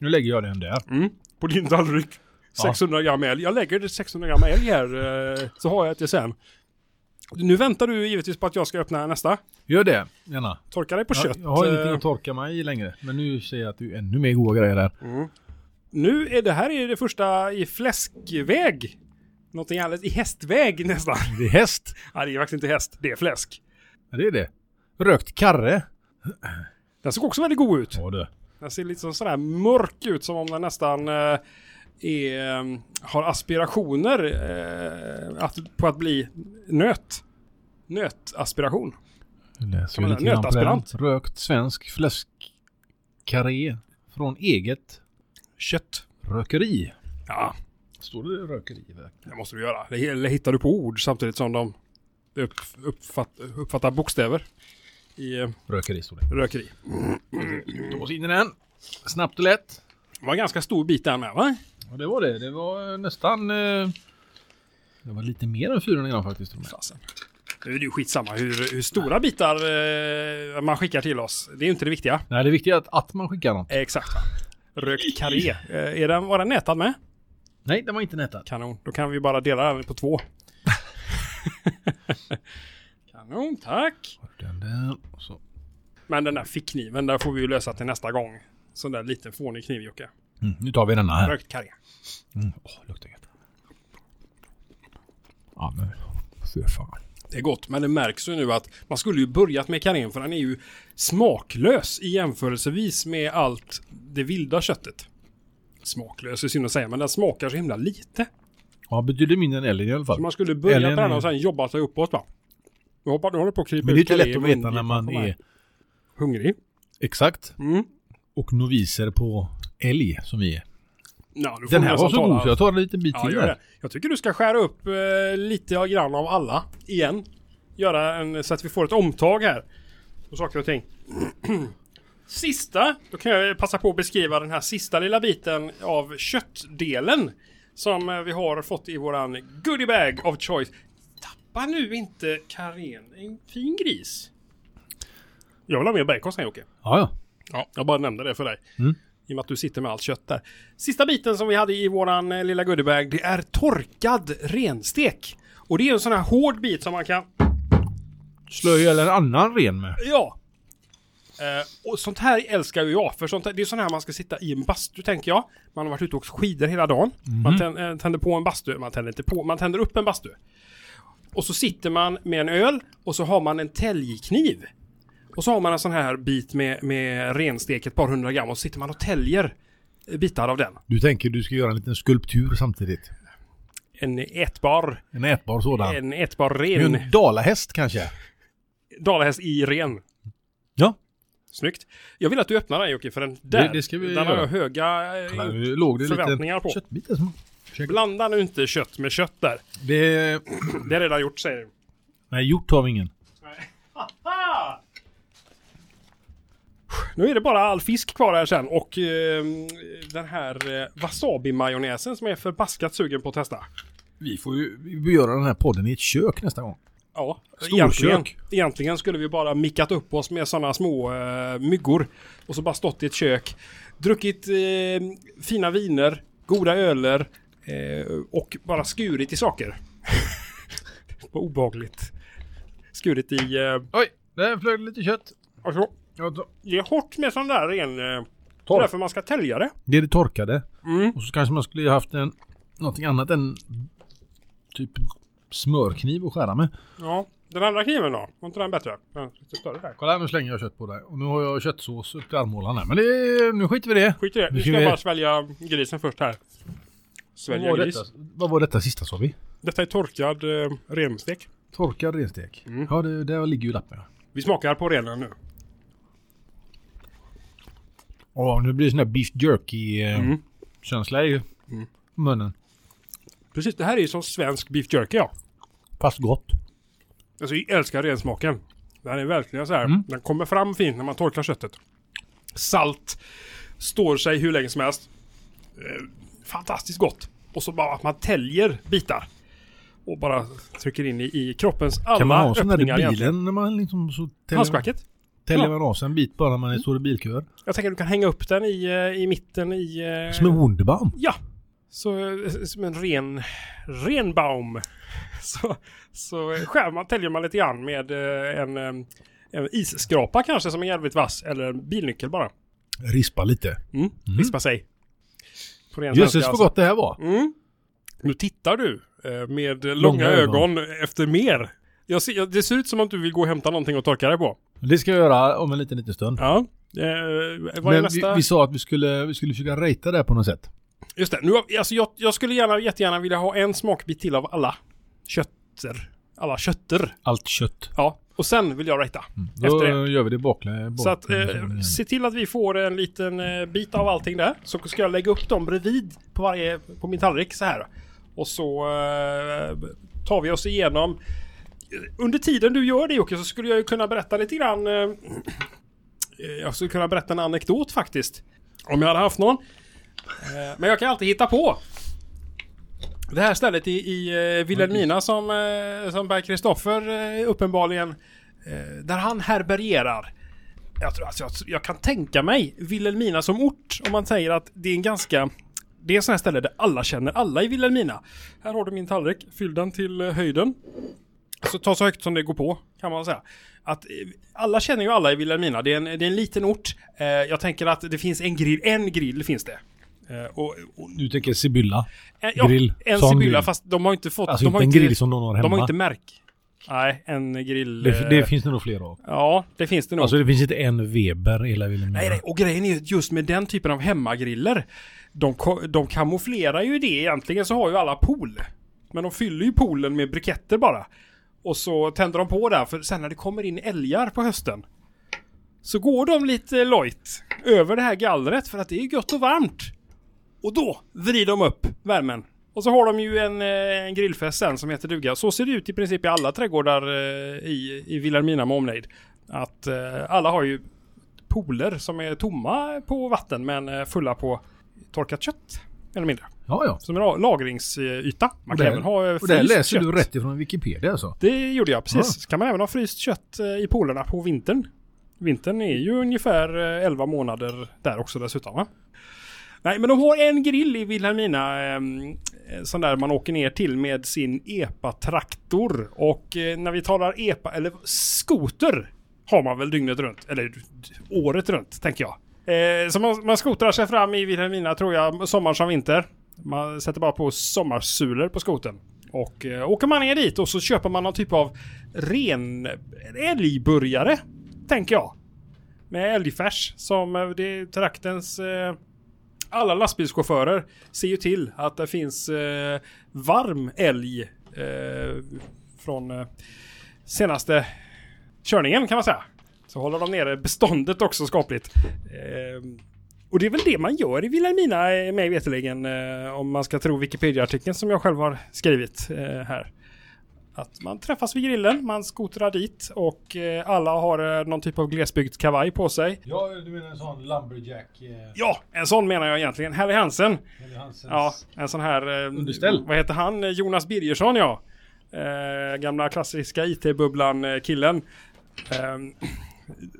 Speaker 1: Nu lägger jag den där.
Speaker 2: Mm. På din tallrik. 600 gram älg. Jag lägger det 600 gram älg här eh, så har jag det sen. Nu väntar du givetvis på att jag ska öppna nästa.
Speaker 1: Gör det, gärna.
Speaker 2: Torka dig på
Speaker 1: Ja,
Speaker 2: kött.
Speaker 1: Jag har
Speaker 2: eh,
Speaker 1: ingenting att torka mig i längre. Men nu ser jag att du är ännu mer goda grejer där.
Speaker 2: Nu är det här är det första i fläskväg. Någonting alldeles i hästväg nästan.
Speaker 1: Det är häst.
Speaker 2: Nej, det är faktiskt inte häst. Det är fläsk.
Speaker 1: Ja, det är det. Rökt karre.
Speaker 2: Den såg också väldigt god ut.
Speaker 1: Ja du.
Speaker 2: Den ser lite som sådär mörk ut som om den nästan eh, är, eh, har aspirationer eh, att, på att bli nöt. Nötaspiration.
Speaker 1: Läser
Speaker 2: Kan
Speaker 1: ju
Speaker 2: man
Speaker 1: lite grann på den.
Speaker 2: nötaspirant?
Speaker 1: Rökt svensk fläskkarré från eget
Speaker 2: Kött.
Speaker 1: rökeri.
Speaker 2: Ja,
Speaker 1: Står det rökeri? där?
Speaker 2: det måste du göra. Det eller hittar du på ord samtidigt som de upp, uppfatt, uppfattar bokstäver i eh,
Speaker 1: Rökeri står det.
Speaker 2: rökeri.
Speaker 1: Då oss in i den. Snabbt och lätt.
Speaker 2: Det var en ganska stor bit där med va?
Speaker 1: Ja, det var det. Det var eh, nästan... Eh, det var lite mer än 400 gram faktiskt. tror jag.
Speaker 2: Fasen. Nu är det ju skitsamma hur, hur stora bitar eh, man skickar till oss. Det är ju inte det viktiga.
Speaker 1: Nej, det viktiga är att, att man skickar dem.
Speaker 2: Eh, Exakt. va? Rökt karré. Eh, är den, var den nätad med?
Speaker 1: Nej, den var inte nätad.
Speaker 2: Kanon. Då kan vi bara dela den på två. Kanon, tack!
Speaker 1: Den där. och Så.
Speaker 2: Men den där fickkniven, där får vi ju lösa till nästa gång. Sån där liten fånig kniv, Jocke.
Speaker 1: Mm, nu tar vi denna här.
Speaker 2: Rökt karga.
Speaker 1: Mm. Åh, luktar gött. Ja, men fy fan.
Speaker 2: Det är gott, men det märks ju nu att man skulle ju börjat med karrén för den är ju smaklös i jämförelsevis med allt det vilda köttet. Smaklös är synd att säga, men den smakar så himla lite.
Speaker 1: Ja, betyder mindre än älgen i alla
Speaker 2: Så
Speaker 1: fall.
Speaker 2: man skulle börja
Speaker 1: Älgen
Speaker 2: på den
Speaker 1: är-
Speaker 2: och sen jobba sig uppåt va? Jag hoppar, du håller på att krypa
Speaker 1: Men det är
Speaker 2: ut
Speaker 1: inte
Speaker 2: karré
Speaker 1: lätt
Speaker 2: i
Speaker 1: att
Speaker 2: munnen
Speaker 1: veta när
Speaker 2: på
Speaker 1: man
Speaker 2: mig.
Speaker 1: är
Speaker 2: hungrig.
Speaker 1: exakt
Speaker 2: Mm.
Speaker 1: och noviser på älg som vi är.
Speaker 2: Ja, du får
Speaker 1: Den här
Speaker 2: nästan
Speaker 1: var så
Speaker 2: tala-
Speaker 1: god så jag tar en liten bit
Speaker 2: Ja,
Speaker 1: till.
Speaker 2: gör
Speaker 1: där.
Speaker 2: det. Jag tycker du ska skära upp eh, lite av grann av alla igen. Göra en, så att vi får ett omtag här. På saker och ting. sista, då kan jag passa på att beskriva den här sista lilla biten av köttdelen. Som eh, vi har fått i våran goodiebag of choice. Tappa nu inte Karen, en fin gris. Jag vill ha mer bacon sen Jocke.
Speaker 1: Ja, ja.
Speaker 2: Ja, jag bara nämnde det för dig.
Speaker 1: Mm.
Speaker 2: I och med att du sitter med allt kött där. Sista biten som vi hade i våran eh, lilla goodiebag, det är torkad renstek. Och det är en sån här hård bit som man kan...
Speaker 1: Slöja eller annan ren med.
Speaker 2: Ja! Eh, och sånt här älskar ju jag, för sånt här, det är sån här man ska sitta i en bastu tänker jag. Man har varit ute och åkt skidor hela dagen.
Speaker 1: Mhm.
Speaker 2: Man tänd, eh, tänder på en bastu, man tänder inte på, man tänder upp en bastu. Och så sitter man med en öl och så har man en täljkniv. Och så har man en sån här bit med, med renstek, ett par hundra gram, och så sitter man och täljer eh, bitar av den.
Speaker 1: Du tänker du ska göra en liten skulptur samtidigt.
Speaker 2: En ätbar,
Speaker 1: En ätbar sådan.
Speaker 2: en ätbar
Speaker 1: En,
Speaker 2: ren.
Speaker 1: en dalahäst kanske.
Speaker 2: Dalahäst i ren.
Speaker 1: Ja.
Speaker 2: Snyggt. Jag vill att du öppnar den Jocke, för den där,
Speaker 1: det ska vi
Speaker 2: där har
Speaker 1: göra.
Speaker 2: jag höga... eh,
Speaker 1: Kolla, nu låg det
Speaker 2: förväntningar
Speaker 1: lite
Speaker 2: på.
Speaker 1: köttbitar som... Ursäkta.
Speaker 2: Blanda nu inte kött med kött där.
Speaker 1: Det...
Speaker 2: Det är redan gjort säger du.
Speaker 1: Nej, gjort har vi ingen.
Speaker 2: Haha! Nu är det bara all fisk kvar här sen och eh, den här eh, wasabi-majonnäsen som jag är förbaskat sugen på att testa.
Speaker 1: Vi får ju vi får göra den här podden i ett kök nästa gång.
Speaker 2: Ja,
Speaker 1: Storkök.
Speaker 2: egentligen, egentligen skulle vi bara mickat upp oss med sådana små eh, myggor och så bara stått i ett kök, druckit eh, fina viner, goda öler eh, och bara skurit i saker. Vad obehagligt. Skurit i... Eh,
Speaker 1: Oj, där flög det lite kött.
Speaker 2: alltså,
Speaker 1: Ja, då-
Speaker 2: det är hårt med sån där ren... Eh, det är
Speaker 1: Torr.
Speaker 2: därför man ska tälja det.
Speaker 1: Det är det torkade.
Speaker 2: Mm.
Speaker 1: Och så kanske man skulle ha haft en, någonting annat än typ smörkniv att skära med.
Speaker 2: Ja, den andra kniven då? Var inte den bättre? Den lite större där.
Speaker 1: Kolla här, nu slänger jag kött på dig. Och nu har jag köttsås upp till armhålan här. Men det, är- nu skiter vi i det.
Speaker 2: Skit i det. Nu
Speaker 1: Nu
Speaker 2: ska
Speaker 1: ska
Speaker 2: jag
Speaker 1: vi-
Speaker 2: bara svälja grisen först här.
Speaker 1: Vad
Speaker 2: Svälja
Speaker 1: var,
Speaker 2: gris.
Speaker 1: detta, vad var detta sista sa vi?
Speaker 2: Detta är torkad eh, renstek.
Speaker 1: Torkad renstek. Ja, det, där ligger ju lappen.
Speaker 2: Vi smakar på renen nu.
Speaker 1: Åh, nu blir det sån där beef Mm. jerky-känsla i munnen.
Speaker 2: Precis, det här är ju som svensk beef jerky ja.
Speaker 1: Fast gott.
Speaker 2: Alltså jag älskar rensmaken. Den är verkligen så här.
Speaker 1: Mm.
Speaker 2: Den kommer fram fint när man torkar köttet. Salt. Står sig hur länge som helst. Eh, fantastiskt gott. Och så bara att man täljer bitar. Och bara trycker in i, i kroppens alla
Speaker 1: Kan man ha sån där i
Speaker 2: öppningar
Speaker 1: bilen
Speaker 2: egentligen.
Speaker 1: när man liksom så täljer,
Speaker 2: Halsskfacket.
Speaker 1: täljer
Speaker 2: Ja. Mm.
Speaker 1: man av sig en bit bara när man är- står i bilköer?
Speaker 2: Jag tänker att du kan hänga upp den i, eh, i mitten i... eh,
Speaker 1: Som en Wunderbaum.
Speaker 2: Ja! Så, eh, som en ren, ren baum. Så, så eh, skär man, täljer man lite grann med eh, en, eh, en isskrapa kanske som är jävligt vass. Eller en bilnyckel bara.
Speaker 1: Rispa lite.
Speaker 2: Mm. Vispa sig. På ren
Speaker 1: Jösses
Speaker 2: svenska
Speaker 1: vad gott det här var.
Speaker 2: Mm. Nu tittar du eh, med långa, ögon. efter mer. Jag ser, jag- det ser ut som att du vill gå och hämta någonting och torka dig på.
Speaker 1: Det ska jag göra om en liten, liten stund.
Speaker 2: Ja. Eh, vad är
Speaker 1: Men
Speaker 2: nästa?
Speaker 1: vi, vi sa att vi skulle, vi skulle försöka rejta det här på något sätt.
Speaker 2: Just det, nu, har- alltså jag, jag skulle gärna, jättegärna vilja ha en smakbit till av alla kötter. Alla kötter.
Speaker 1: Allt kött.
Speaker 2: Ja, och sen vill jag ratea.
Speaker 1: Då
Speaker 2: Efter
Speaker 1: gör vi det baklä. bak-
Speaker 2: Så att eh, se till att vi får en liten eh, bit av allting där. Så ska jag lägga upp dem bredvid på, varje, på min tallrik så här. Och så eh, tar vi oss igenom. Under tiden du gör det Jocke så skulle jag ju kunna berätta lite grann. Eh, eh, jag skulle kunna berätta en anekdot faktiskt. Om jag hade haft någon. Eh, men jag kan alltid hitta på. Det här stället i, i eh, Vilhelmina som, eh, som Per Kristoffer eh, uppenbarligen eh, där han herbergerar. Jag, tror, alltså, jag, jag kan tänka mig Vilhelmina som ort om man säger att det är en ganska... Det är en sån här ställe där alla känner alla i Vilhelmina. Här har du min tallrik. Fyll den till eh, höjden. Så ta så högt som det går på, kan man säga. Att eh, alla känner ju alla i Vilhelmina. Det är en, det är en liten ort. Eh, jag tänker att det finns en grill, en grill finns det. Eh, och, och,
Speaker 1: Du tänker Sibylla.
Speaker 2: eh, ja,
Speaker 1: Grill.
Speaker 2: En
Speaker 1: Sån
Speaker 2: Sibylla,
Speaker 1: grill.
Speaker 2: fast de har inte fått...
Speaker 1: Alltså
Speaker 2: de har
Speaker 1: inte en grill som någon har
Speaker 2: De har
Speaker 1: hemma.
Speaker 2: inte märk. Nej, en grill...
Speaker 1: Det, det
Speaker 2: eh,
Speaker 1: finns det nog flera av.
Speaker 2: Ja, det finns det nog.
Speaker 1: Alltså det finns inte en Weber i hela Vilhelmina.
Speaker 2: Nej, nej, och grejen är ju att just med den typen av hemmagriller. De, ko- de kamouflerar ju det egentligen så har ju alla pool. Men de fyller ju poolen med briketter bara. Och så tänder de på där för sen när det kommer in älgar på hösten. Så går de lite lojt över det här gallret för att det är gött och varmt. Och då vrider de upp värmen. Och så har de ju en, eh, en grillfest sen som heter duga. Så ser det ut i princip i alla trädgårdar eh, i, i Vilhelmina med omnejd. Att eh, alla har ju pooler som är tomma på vatten men eh, fulla på torkat kött. Eller mindre.
Speaker 1: Ja, ja.
Speaker 2: Som en la- lagringsyta. Man kan
Speaker 1: där-
Speaker 2: även ha eh,
Speaker 1: Och det
Speaker 2: fryst
Speaker 1: läser
Speaker 2: kött.
Speaker 1: du rätt Ah. ifrån Wikipedia alltså.
Speaker 2: Det gjorde jag precis.
Speaker 1: Ja.
Speaker 2: Så kan man även ha fryst kött eh, i poolerna på vintern. Vintern är ju ungefär eh, 11 månader där också dessutom va? Nej men de har en grill i Vilhelmina. Eh, sån där man åker ner till med sin EPA-traktor. Och eh, när vi talar EPA eller skoter har man väl dygnet runt. Eller d- året runt tänker jag. Eh, så man, man skotrar sig fram i Vilhelmina tror jag, sommar som vinter. Man sätter bara på sommarsulor på skoten. Och eh, åker man ner dit och så köper man någon typ av ren älgburgare. Tänker jag. Med älgfärs som eh, det är traktens... Eh, alla lastbilschaufförer ser ju till att det finns eh, varm älg eh, från eh, senaste körningen kan man säga. Så håller de nere beståndet också skapligt. Eh, och det är väl det man gör i Vilhelmina eh, mig veterligen. Eh, om man ska tro Wikipedia-artikeln som jag själv har skrivit eh, här. Att man träffas vid grillen, man skotrar dit och eh, alla har eh, någon typ av glesbygdskavaj på sig.
Speaker 1: Ja, du menar en sån Lumberjack eh,
Speaker 2: Ja, en sån menar jag egentligen. Harry Hansen.
Speaker 1: eller Hansens...
Speaker 2: Ja, en sån här... Eh,
Speaker 1: Underställ.
Speaker 2: Vad heter han? Jonas Birgersson, ja. Eh, gamla klassiska IT-bubblan-killen. Eh,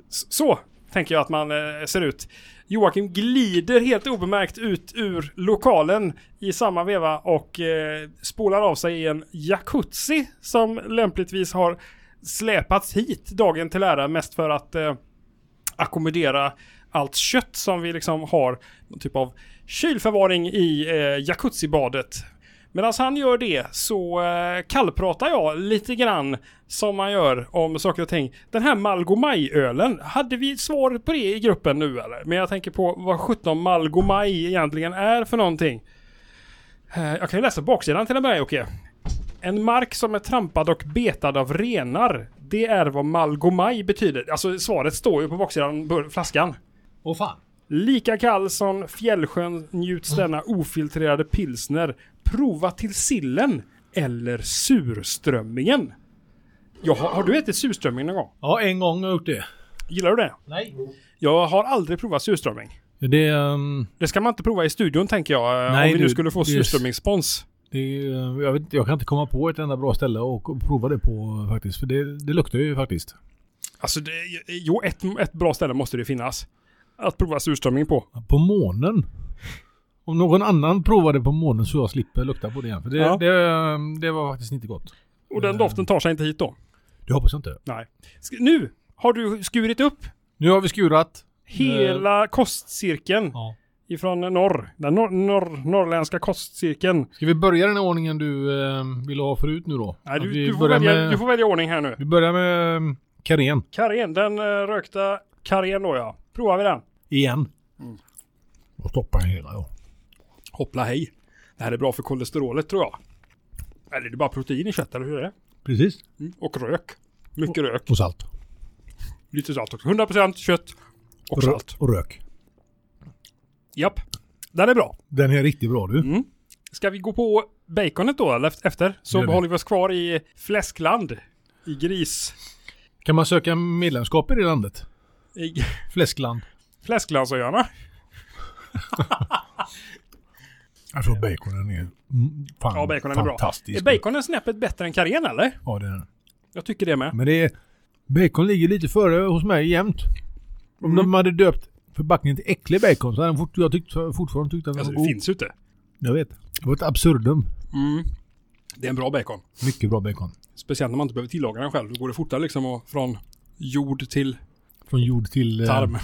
Speaker 2: s- så tänker jag att man eh, ser ut. Joakim glider helt obemärkt ut ur lokalen i samma veva och eh, spolar av sig i en jacuzzi som lämpligtvis har släpats hit dagen till ära mest för att eh, ackommodera allt kött som vi liksom har någon typ av kylförvaring i eh, jacuzzibadet. Medan han gör det så eh, kallpratar jag lite grann som man gör om saker och ting. Den här Malgomaj-ölen, hade vi svaret på det i gruppen nu eller? Men jag tänker på vad 17 Malgomaj egentligen är för någonting. Eh, jag kan ju läsa baksidan till en början Jocke. En mark som är trampad och betad av renar. Det är vad Malgomaj betyder. Alltså svaret står ju på baksidan bur- flaskan.
Speaker 1: Åh fan.
Speaker 2: Lika kall som Fjällsjön njuts denna ofiltrerade pilsner. Prova till sillen eller surströmmingen. Ja, har, har du ätit surströmming någon gång?
Speaker 1: Ja, en gång har jag gjort det.
Speaker 2: Gillar du det?
Speaker 1: Nej.
Speaker 2: Jag har aldrig provat surströmming.
Speaker 1: Det, ehm,
Speaker 2: Det ska man inte prova i studion tänker jag. eh,
Speaker 1: Nej,
Speaker 2: om vi nu
Speaker 1: du,
Speaker 2: skulle få
Speaker 1: det är-
Speaker 2: surströmmingsspons.
Speaker 1: det är, eh, jag, vet, inte, jag kan inte komma på ett enda bra ställe och prova det på eh, faktiskt. För det, det luktar ju faktiskt.
Speaker 2: Alltså, det, jo, ett, ett bra ställe måste det finnas. Att prova surströmming på.
Speaker 1: På månen. Om någon annan provar det på månen så jag slipper lukta på det igen. För det,
Speaker 2: Ja.
Speaker 1: det, eh, det var faktiskt inte gott.
Speaker 2: Och den doften tar sig inte hit då?
Speaker 1: Det hoppas jag inte.
Speaker 2: Mm. Nej. Sk- Nu har du skurit upp
Speaker 1: Nu har vi skurat.
Speaker 2: hela kostcirkeln
Speaker 1: Ja.
Speaker 2: ifrån norr. Den norr, norr, norrländska kostcirkeln.
Speaker 1: Ska vi börja den här ordningen du eh, ville ha förut nu då?
Speaker 2: Nej,
Speaker 1: Att
Speaker 2: du,
Speaker 1: vi,
Speaker 2: du, får
Speaker 1: börjar
Speaker 2: välja,
Speaker 1: med,
Speaker 2: du får välja ordning här nu.
Speaker 1: vi börjar med eh, Karen.
Speaker 2: Karén, den eh, rökta karén då ja. Provar vi den.
Speaker 1: Igen. Och stoppa hela ja.
Speaker 2: Hoppla hej. Det här är bra för kolesterolet tror jag. Eller det är bara protein i kött, eller hur är det?
Speaker 1: Precis.
Speaker 2: Mm. Och rök. Mycket rök.
Speaker 1: Och salt.
Speaker 2: Lite salt också. 100% kött och salt.
Speaker 1: Och rök.
Speaker 2: Japp. Den är bra.
Speaker 1: Den är riktigt bra du.
Speaker 2: Ska vi gå på baconet då eller eft- efter? Så
Speaker 1: Gör det.
Speaker 2: behåller vi oss kvar i fläskland. I gris...
Speaker 1: Kan man söka medlemskap i det landet?
Speaker 2: I
Speaker 1: Fläskland.
Speaker 2: fläsklandsöarna.
Speaker 1: Alltså baconen är mm, fan,
Speaker 2: Ja, baconen är bra. Är
Speaker 1: fantastisk.
Speaker 2: baconen snäppet bättre än karén eller?
Speaker 1: Ja, det är den.
Speaker 2: Jag tycker det med.
Speaker 1: Men det är... Bacon ligger lite före hos mig jämt.
Speaker 2: Mm.
Speaker 1: Om de hade döpt förpackningen till äcklig bacon så hade jag fort, jag tyckt, fortfarande tyckt att den
Speaker 2: Alltså
Speaker 1: var god.
Speaker 2: det finns ju inte.
Speaker 1: Jag vet. Det var ett absurdum.
Speaker 2: Det är en bra bacon.
Speaker 1: Mycket bra bacon.
Speaker 2: Speciellt när man inte behöver tillaga den själv. Då går det fortare liksom och från jord till
Speaker 1: Från jord till... eh,
Speaker 2: tarm.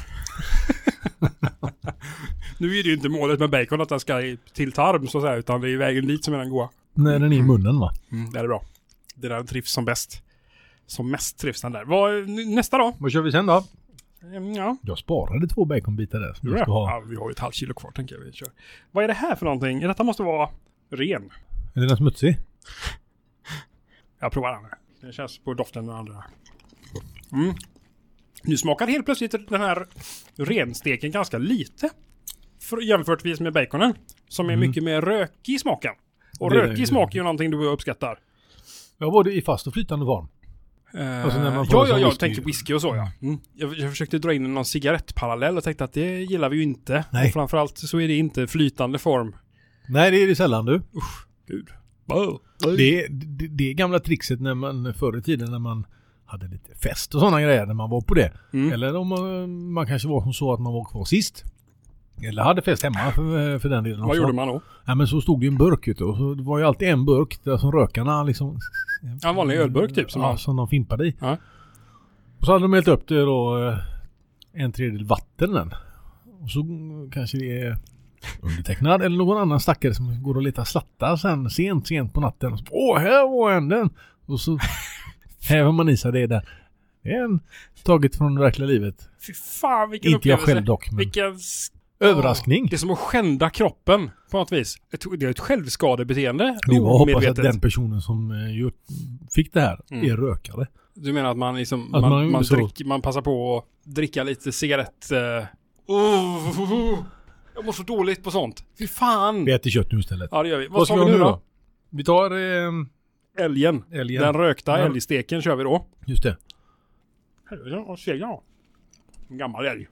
Speaker 2: nu är det ju inte målet med bacon att den ska i- till tarm så att säga, utan det är vägen dit som är den goda.
Speaker 1: När den är i munnen va?
Speaker 2: Mm, det är bra. Det är där den trivs som bäst. Som mest trivs den där. Vad, nästa då?
Speaker 1: Vad kör vi sen då?
Speaker 2: Mm, Ja.
Speaker 1: Jag sparade två baconbitar där som jag ska ha.
Speaker 2: ja, vi har ju ett halvt kilo kvar tänker jag. Vi kör. Vad är det här för någonting? Detta måste vara ren.
Speaker 1: Är den smutsig?
Speaker 2: Jag provar den här. Den känns på doften och andra. Mm. Nu smakar helt plötsligt den här rensteken ganska lite. För, jämförtvis med baconen. Som är mycket mer rökig i smaken. Och
Speaker 1: Mm. Det är
Speaker 2: rökig
Speaker 1: det.
Speaker 2: smak är ju någonting du uppskattar.
Speaker 1: Ja, både i fast och flytande form. Alltså när man får
Speaker 2: Eh, ja, ja,
Speaker 1: sån
Speaker 2: jag
Speaker 1: whisky.
Speaker 2: tänker whisky och så ja. Mm. Jag, jag försökte dra in någon cigarettparallell och tänkte att det gillar vi ju inte.
Speaker 1: Nej.
Speaker 2: Och framförallt så är det inte flytande form.
Speaker 1: Nej, det är det sällan du.
Speaker 2: Gud. Wow.
Speaker 1: Det, det, det är gamla trixet när man förr i tiden när man hade lite fest och sådana grejer när man var på det.
Speaker 2: Mm.
Speaker 1: Eller om man, man kanske var som så att man var kvar sist. Eller hade fest hemma för, för den delen
Speaker 2: Vad
Speaker 1: också.
Speaker 2: gjorde man då?
Speaker 1: Ja, men så stod det ju en burk ute och så det var ju alltid en burk där som rökarna liksom...
Speaker 2: Ja, En vanlig ölburk typ som
Speaker 1: ja,
Speaker 2: man...
Speaker 1: som de fimpade i.
Speaker 2: Ja.
Speaker 1: Och så hade de hällt upp det då eh, en tredjedel vatten i den. Och så mm, kanske det är undertecknad eller någon annan stackare som går och letar slattar sen sent, sent på natten. Och så, Åh, här var en den! Och så häver man i sig det där. Det är en taget från det verkliga livet.
Speaker 2: Fy fan vilken
Speaker 1: Inte jag
Speaker 2: upplevelse.
Speaker 1: själv dock, men
Speaker 2: Vilken...
Speaker 1: överraskning.
Speaker 2: Det är som att skända kroppen på något vis. Ett- Det är ett självskadebeteende.
Speaker 1: Nu var hoppas att
Speaker 2: omedvetet.
Speaker 1: den personen som eh, gjort, fick det här
Speaker 2: Mm.
Speaker 1: är rökare.
Speaker 2: Du menar att man liksom...
Speaker 1: Att
Speaker 2: man,
Speaker 1: man
Speaker 2: man,
Speaker 1: gjorde så.
Speaker 2: drick, man passar på att dricka lite cigarett... eh, Oh, jag mår så dåligt på sånt. Fy fan!
Speaker 1: Vi äter kött nu istället.
Speaker 2: Ja det gör vi. Vad sa vi nu då?
Speaker 1: Vi tar ehm,
Speaker 2: Älgen.
Speaker 1: älgen.
Speaker 2: Den rökta
Speaker 1: Ja.
Speaker 2: älgsteken kör vi då.
Speaker 1: Just det.
Speaker 2: Ja, och ser jag. En gammal älg.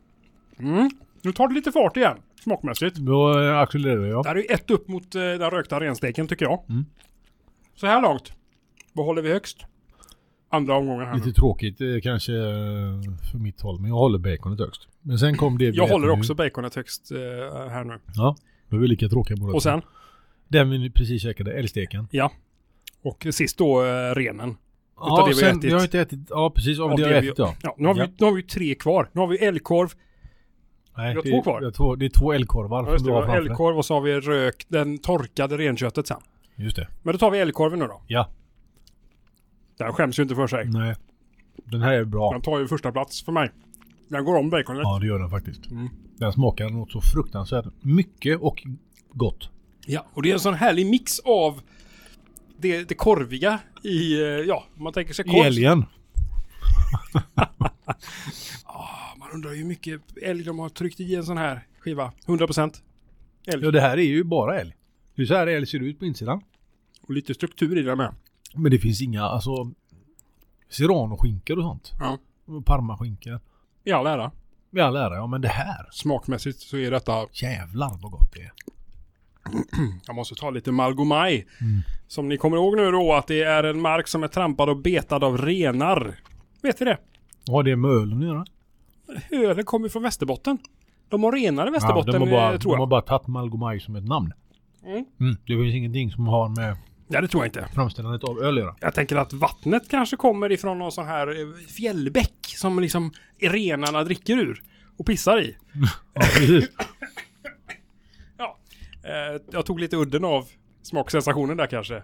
Speaker 2: Mm. Nu tar det lite fart igen. Smakmässigt.
Speaker 1: Då eh, accelererar jag.
Speaker 2: Det här är ju ett upp mot eh, den rökta rensteken tycker jag.
Speaker 1: Mm.
Speaker 2: Så här långt. Vad håller vi högst? Andra omgången här nu.
Speaker 1: Lite tråkigt eh, kanske eh, för mitt håll, men jag håller baconet högst. Men sen kom det vi
Speaker 2: Jag
Speaker 1: äter
Speaker 2: håller
Speaker 1: nu.
Speaker 2: också baconet högst eh, här nu.
Speaker 1: Ja, då är vi lika tråkiga båda. två.
Speaker 2: Och sen?
Speaker 1: Den vi nu precis käkade, älgsteken.
Speaker 2: Ja. Och sist då eh, renen.
Speaker 1: Ja,
Speaker 2: det vi har
Speaker 1: sen,
Speaker 2: ätit.
Speaker 1: vi har inte ätit. Ja, precis. Av
Speaker 2: Och
Speaker 1: det jag
Speaker 2: det
Speaker 1: har
Speaker 2: vi-
Speaker 1: ätit ja.
Speaker 2: Ja, nu har,
Speaker 1: Ja.
Speaker 2: Vi, nu har vi ju tre kvar. Nu har vi älgkorv.
Speaker 1: Nej,
Speaker 2: vi
Speaker 1: det-
Speaker 2: har två kvar.
Speaker 1: vi har två- Det är två älgkorvar
Speaker 2: Ja,
Speaker 1: som
Speaker 2: just
Speaker 1: du
Speaker 2: det, vi
Speaker 1: har
Speaker 2: har
Speaker 1: framför dig.
Speaker 2: älgkorv och så har vi rök, den torkade renköttet sen.
Speaker 1: Just det.
Speaker 2: Men då tar vi älgkorven nu då.
Speaker 1: Ja.
Speaker 2: Den skäms ju inte för sig.
Speaker 1: Nej. Den här är bra.
Speaker 2: Den tar ju första plats för mig. Den går om baconet.
Speaker 1: Ja, det gör den faktiskt.
Speaker 2: Mm.
Speaker 1: Den smakar något så fruktansvärt mycket och gott.
Speaker 2: Ja, och det är en sån härlig mix av det, det korviga i, eh, ja, om man tänker sig
Speaker 1: I
Speaker 2: korv.
Speaker 1: älgen.
Speaker 2: Ah, Man undrar ju hur mycket älg de har tryckt i en sån här skiva. 100%.
Speaker 1: Ja, det här är ju bara älg. Det är så här älg ser ut på insidan.
Speaker 2: Och lite struktur i den med.
Speaker 1: Men det finns inga, alltså serranoskinkor och sånt.
Speaker 2: Ja.
Speaker 1: Och Parmaskinkor.
Speaker 2: I all ära.
Speaker 1: I all ära, ja men det här.
Speaker 2: Smakmässigt så är detta,
Speaker 1: Jävlar vad gott det är.
Speaker 2: jag måste ta lite Malgomaj. Som ni kommer ihåg nu då att det är en mark som är trampad och betad av renar. Vet ni det?
Speaker 1: Vad har det med ölen att göra?
Speaker 2: Ölen kommer från Västerbotten. De har renar
Speaker 1: Ja,
Speaker 2: i
Speaker 1: de
Speaker 2: Västerbotten
Speaker 1: har bara,
Speaker 2: eh, tror
Speaker 1: de har
Speaker 2: jag.
Speaker 1: bara tagit Malgomaj som ett namn.
Speaker 2: Mm.
Speaker 1: det finns ingenting som har med
Speaker 2: Nej det tror jag inte.
Speaker 1: framställandet av öl att göra.
Speaker 2: Jag tänker att vattnet kanske kommer ifrån någon sån här eh, fjällbäck som liksom renarna dricker ur och pissar i.
Speaker 1: Ja, precis.
Speaker 2: Ja, eh, jag tog lite udden av smaksensationen där kanske.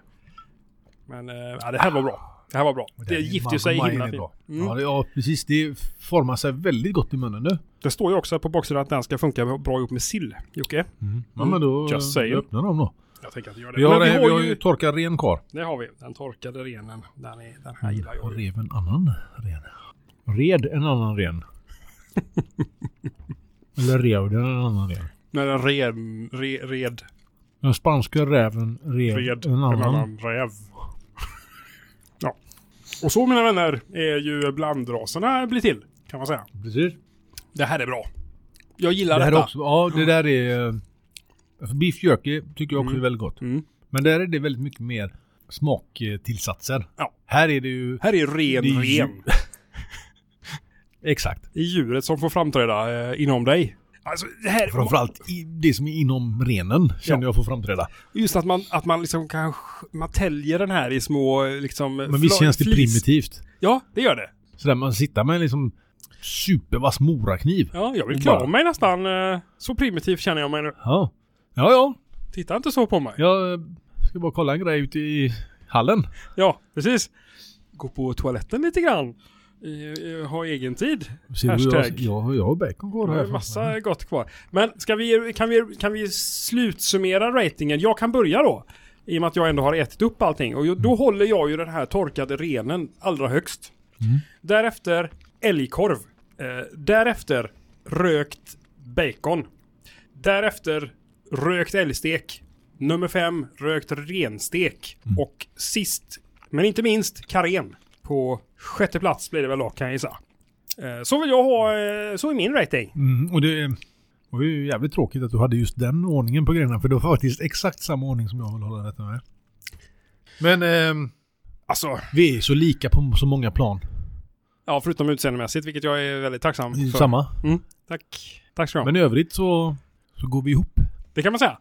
Speaker 2: Men eh, ja, det här var bra. Det här var bra. Det gifter ju sig
Speaker 1: Malgomaj
Speaker 2: himla
Speaker 1: är
Speaker 2: fint.
Speaker 1: bra.
Speaker 2: Mm.
Speaker 1: Ja, det, ja, precis. Det formar sig väldigt gott i munnen nu.
Speaker 2: Det står ju också på baksidan att den ska funka bra ihop med sill, Jocke.
Speaker 1: Ja, men då
Speaker 2: Mm. Just saying.
Speaker 1: öppnar de då.
Speaker 2: Jag tänker att jag gör det.
Speaker 1: Vi har,
Speaker 2: Men
Speaker 1: vi har, vi har ju torkad ren kvar.
Speaker 2: Det har vi. Den torkade renen. Den, är, den
Speaker 1: Mm.
Speaker 2: här gillar jag. ju.
Speaker 1: Rev en annan ren. Red en annan ren. Eller rev den en annan ren.
Speaker 2: När den ren, re, red,
Speaker 1: Den spanska räven rev
Speaker 2: red
Speaker 1: en annan.
Speaker 2: räv. ja. Och så mina vänner är ju blandraserna blir till. Kan man säga.
Speaker 1: Precis.
Speaker 2: Det här är bra. Jag gillar
Speaker 1: Det här är
Speaker 2: detta.
Speaker 1: också, ja det där är... eh, Alltså beef jerky tycker jag också är väldigt gott.
Speaker 2: Mm.
Speaker 1: Men där är det väldigt mycket mer smaktillsatser.
Speaker 2: Ja.
Speaker 1: Här är det ju...
Speaker 2: Här är
Speaker 1: Det
Speaker 2: ren,
Speaker 1: är ju-
Speaker 2: ren.
Speaker 1: Exakt.
Speaker 2: I djuret som får framträda eh, inom dig. Alltså, det här,
Speaker 1: Framförallt i, det som är inom renen känner
Speaker 2: Ja.
Speaker 1: jag får framträda.
Speaker 2: just att man, att man liksom kan, man täljer den här i små liksom...
Speaker 1: Men visst
Speaker 2: fla-
Speaker 1: känns det
Speaker 2: flis.
Speaker 1: primitivt?
Speaker 2: Ja, det gör det.
Speaker 1: Så där man sitter med en liksom supervass morakniv.
Speaker 2: Ja, jag vill
Speaker 1: Och
Speaker 2: klä
Speaker 1: bara-
Speaker 2: av mig nästan. eh, Så primitiv känner jag mig nu.
Speaker 1: Ja. Ja, ja.
Speaker 2: Titta inte så på mig. Ja,
Speaker 1: Jag eh, ska bara kolla en grej ute i hallen.
Speaker 2: precis. Gå på toaletten lite grann. Eh, eh, Ha egen tid.
Speaker 1: Ser du, jag,
Speaker 2: Hashtag.
Speaker 1: jag, jag har bacon kvar
Speaker 2: Det
Speaker 1: här.
Speaker 2: är massa gott kvar. Men ska vi, kan, vi, kan vi slutsummera ratingen? Jag kan börja då. I och med att jag ändå har ätit upp allting. Och ju- då håller jag ju den här torkade renen allra högst. Därefter älgkorv. Eh, därefter rökt bacon. Därefter rökt älgstek. Nummer fem, rökt renstek. Och sist, men inte minst, karén. På sjätte plats blir det väl då, kan jag gissa. Eh, Så vill jag ha, eh, så är min rating.
Speaker 1: Mm, och det var ju jävligt tråkigt att du hade just den ordningen på grejerna. För det var faktiskt exakt samma ordning som jag vill hålla detta med. Men ehm,
Speaker 2: Alltså,
Speaker 1: vi är så lika på så många plan.
Speaker 2: ja förutom utseendemässigt, vilket jag är väldigt tacksam
Speaker 1: Vi är
Speaker 2: för.
Speaker 1: Samma.
Speaker 2: Mm, tack. Tack ska du ha.
Speaker 1: Men i övrigt så, så går vi ihop.
Speaker 2: Det kan man säga.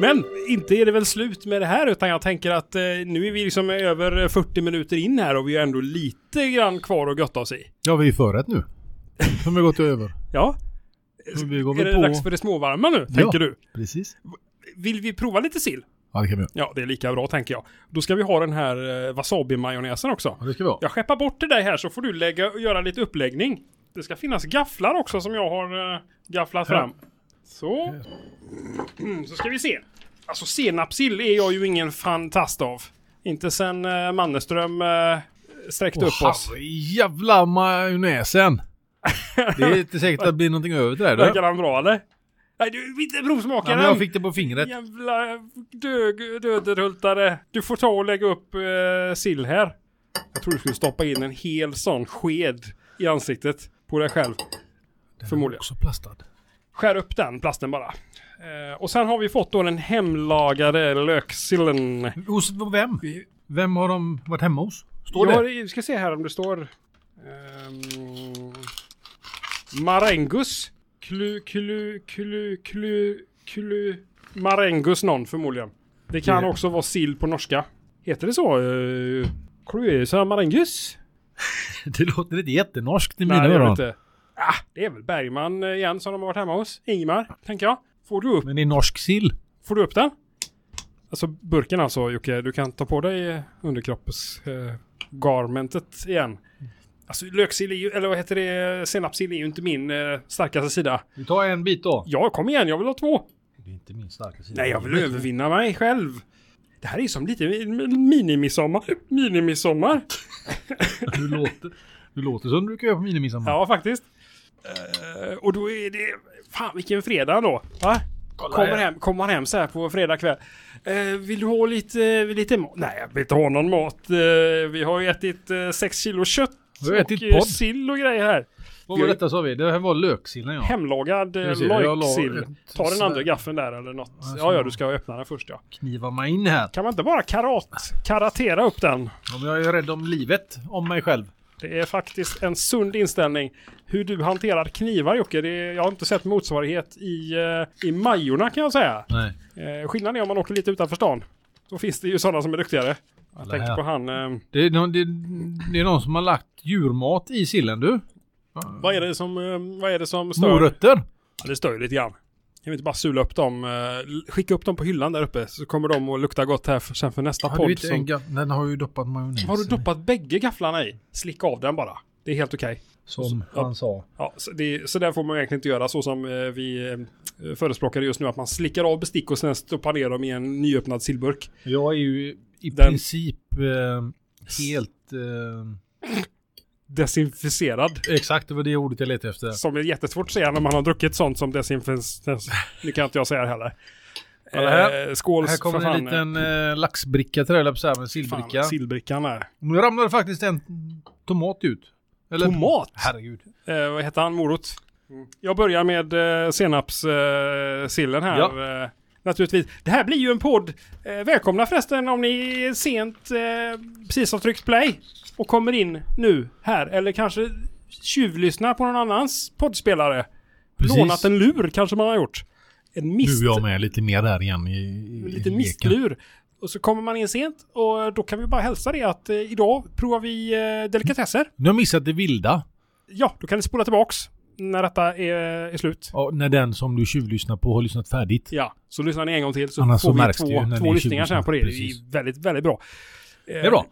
Speaker 2: Men inte är det väl slut med det här utan jag tänker att eh, nu är vi liksom över 40 minuter in här och vi har ändå lite grann kvar att götta oss i.
Speaker 1: Ja, vi är i förrätt nu. Som vi gått över.
Speaker 2: Ja,
Speaker 1: Så vi går
Speaker 2: är
Speaker 1: väl
Speaker 2: det
Speaker 1: på...
Speaker 2: dags för det småvarma nu, tänker du?
Speaker 1: Precis.
Speaker 2: Vill vi prova lite sill?
Speaker 1: Ja, det kan vi göra.
Speaker 2: Ja, det är lika bra tänker jag. Då ska vi ha den här eh, wasabi-majonnäsen också.
Speaker 1: Ja, det ska vi ha.
Speaker 2: Jag skeppar bort till dig här så får du lägga och göra lite uppläggning. Det ska finnas gafflar också som jag har eh, gafflat
Speaker 1: Här.
Speaker 2: fram. Så. Mm, så ska vi se. Alltså senapssill är jag ju ingen fantast av. Inte sen eh, Mannerström eh, sträckte upp oss.
Speaker 1: Åh, jävla majonnäsen! Det är inte säkert att det blir någonting över till det här, du.
Speaker 2: Verkar han bra eller? Nej, du vill inte provsmaka
Speaker 1: Ja, men
Speaker 2: den!
Speaker 1: jag fick det på fingret.
Speaker 2: Jävla dög, döderhultare. Du får ta och lägga upp eh, sill här. Jag tror du skulle stoppa in en hel sån sked i ansiktet på dig själv.
Speaker 1: Den är
Speaker 2: Förmodligen.
Speaker 1: Också plastad.
Speaker 2: Skär upp den plasten bara. Eh, och sen har vi fått då den hemlagade löksillen.
Speaker 1: Hos vem?
Speaker 2: Vi-
Speaker 1: Vem har de varit hemma hos? Står
Speaker 2: Jag
Speaker 1: det?
Speaker 2: har- ska se här om det står... ehm, Marengus. Klu, klu, klu, klu, klu. Marengus någon förmodligen. Det kan
Speaker 1: Ja.
Speaker 2: också vara sill på norska. Heter det så? Uh, Cluesa marengus?
Speaker 1: Det låter inte jättenorskt i
Speaker 2: Nej,
Speaker 1: mina
Speaker 2: det är väl
Speaker 1: öron.
Speaker 2: inte. Ah, det är väl Bergman eh, igen som de har varit hemma hos. Ingmar, tänker jag. Får du upp,
Speaker 1: Men det är norsk sill.
Speaker 2: får du upp den? Alltså burken alltså Jocke, du kan ta på dig eh, underkropps... eh, garmentet igen. Alltså löksill är ju, eller vad heter det, senapssill är ju inte min eh, starkaste sida.
Speaker 1: Vi tar en bit då.
Speaker 2: Ja, kom igen, jag vill ha två.
Speaker 1: Det är inte min starka sida.
Speaker 2: Nej, jag vill övervinna mig själv. Det här är ju som lite minimisommar. Minimisommar.
Speaker 1: Du låter, du låter som du brukar göra på minimisamma.
Speaker 2: Ja, faktiskt. Eh, och då är det... Fan, vilken fredag då. Va? Kommer,
Speaker 1: här.
Speaker 2: hem, kommer hem så här på fredag kväll. Eh, vill du ha lite, eh, lite mat? Nej, jag vill inte ha någon mat. Eh, vi har ju ätit eh, sex kilo kött.
Speaker 1: Vi har ätit
Speaker 2: och eh,
Speaker 1: podd.
Speaker 2: sill och grejer här.
Speaker 1: Vad var detta sa vi? Det här var löksillen ja.
Speaker 2: Hemlagad eh,
Speaker 1: Precis, jag la
Speaker 2: lojksill.
Speaker 1: ett
Speaker 2: Ta den
Speaker 1: sån
Speaker 2: andra
Speaker 1: här-
Speaker 2: gaffeln där eller något.
Speaker 1: så
Speaker 2: Ja, ja,
Speaker 1: bra.
Speaker 2: du ska öppna den först ja.
Speaker 1: Knivar man in här.
Speaker 2: Kan man inte bara karat, karatera upp den?
Speaker 1: Ja, men jag är rädd om livet, om mig själv.
Speaker 2: Det är faktiskt en sund inställning. Hur du hanterar knivar Jocke, det är, jag har inte sett motsvarighet i, eh, i Majorna kan jag säga.
Speaker 1: Nej.
Speaker 2: Eh, skillnaden är om man åker lite utanför stan. Då finns det ju sådana som är duktigare. Jag
Speaker 1: Alla
Speaker 2: tänkte
Speaker 1: här.
Speaker 2: på han, eh,
Speaker 1: Det är, någon, det, det är någon som har lagt djurmat i sillen du.
Speaker 2: vad, är det som, eh, vad är det som stör?
Speaker 1: Morötter.
Speaker 2: Ja, det stör ju lite grann. Kan vi inte bara sula upp dem, eh, l- skicka upp dem på hyllan där uppe så kommer de att lukta gott här för, sen för nästa
Speaker 1: Har du
Speaker 2: podd.
Speaker 1: inte en
Speaker 2: Som,
Speaker 1: gaff- Den har ju doppat majonnäs.
Speaker 2: har du
Speaker 1: i.
Speaker 2: doppat bägge gafflarna i? Slicka av den bara. Det är helt okej.
Speaker 1: Som han sa.
Speaker 2: Ja, så, det, så där får man egentligen inte göra så som eh, vi eh, förespråkar just nu att man slickar av bestick och sen stoppar ner dem i en nyöppnad sillburk.
Speaker 1: Jag är ju i
Speaker 2: Den-
Speaker 1: princip eh, helt... Eh,
Speaker 2: Desinficerad.
Speaker 1: Exakt, det var det ordet jag letade efter.
Speaker 2: Som är jättesvårt att säga när man har druckit sånt som desinficerad. Nu kan inte jag säga det heller.
Speaker 1: Kolla här.
Speaker 2: Eh, skål
Speaker 1: Här kommer
Speaker 2: för fan,
Speaker 1: en liten eh, laxbricka till det, höll jag på att säga, men
Speaker 2: fan,
Speaker 1: sillbricka.
Speaker 2: sillbrickan där.
Speaker 1: Nu ramlade faktiskt en tomat ut. Eller,
Speaker 2: Tomat?
Speaker 1: Herregud.
Speaker 2: Eh, vad heter han? Morot? Jag börjar med eh, senapssillen eh, sillen här. Eh, naturligtvis. Det här blir ju en podd. Eh, välkomna förresten om ni är sent eh, precis har tryckt play och kommer in nu här eller kanske tjuvlyssnar på någon annans poddspelare.
Speaker 1: Precis.
Speaker 2: Lånat en lur kanske man har gjort. En
Speaker 1: Nu
Speaker 2: mist,
Speaker 1: är jag med lite mer där igen i, i
Speaker 2: lite
Speaker 1: i leken.
Speaker 2: mistlur. Och så kommer man in sent och då kan vi bara hälsa det att eh, idag provar vi eh, delikatesser.
Speaker 1: Nu har jag missat det vilda.
Speaker 2: Ja, då kan ni spola tillbaks när detta är, är slut.
Speaker 1: Ja, när den som du tjuvlyssnar på har lyssnat färdigt.
Speaker 2: Ja, så lyssnar ni en gång till så
Speaker 1: Annars så
Speaker 2: får vi
Speaker 1: märks det ju
Speaker 2: två,
Speaker 1: när
Speaker 2: två
Speaker 1: ni är
Speaker 2: lyssningar sen på det.
Speaker 1: precis.
Speaker 2: Det är väldigt, väldigt bra. Det
Speaker 1: Det är bra.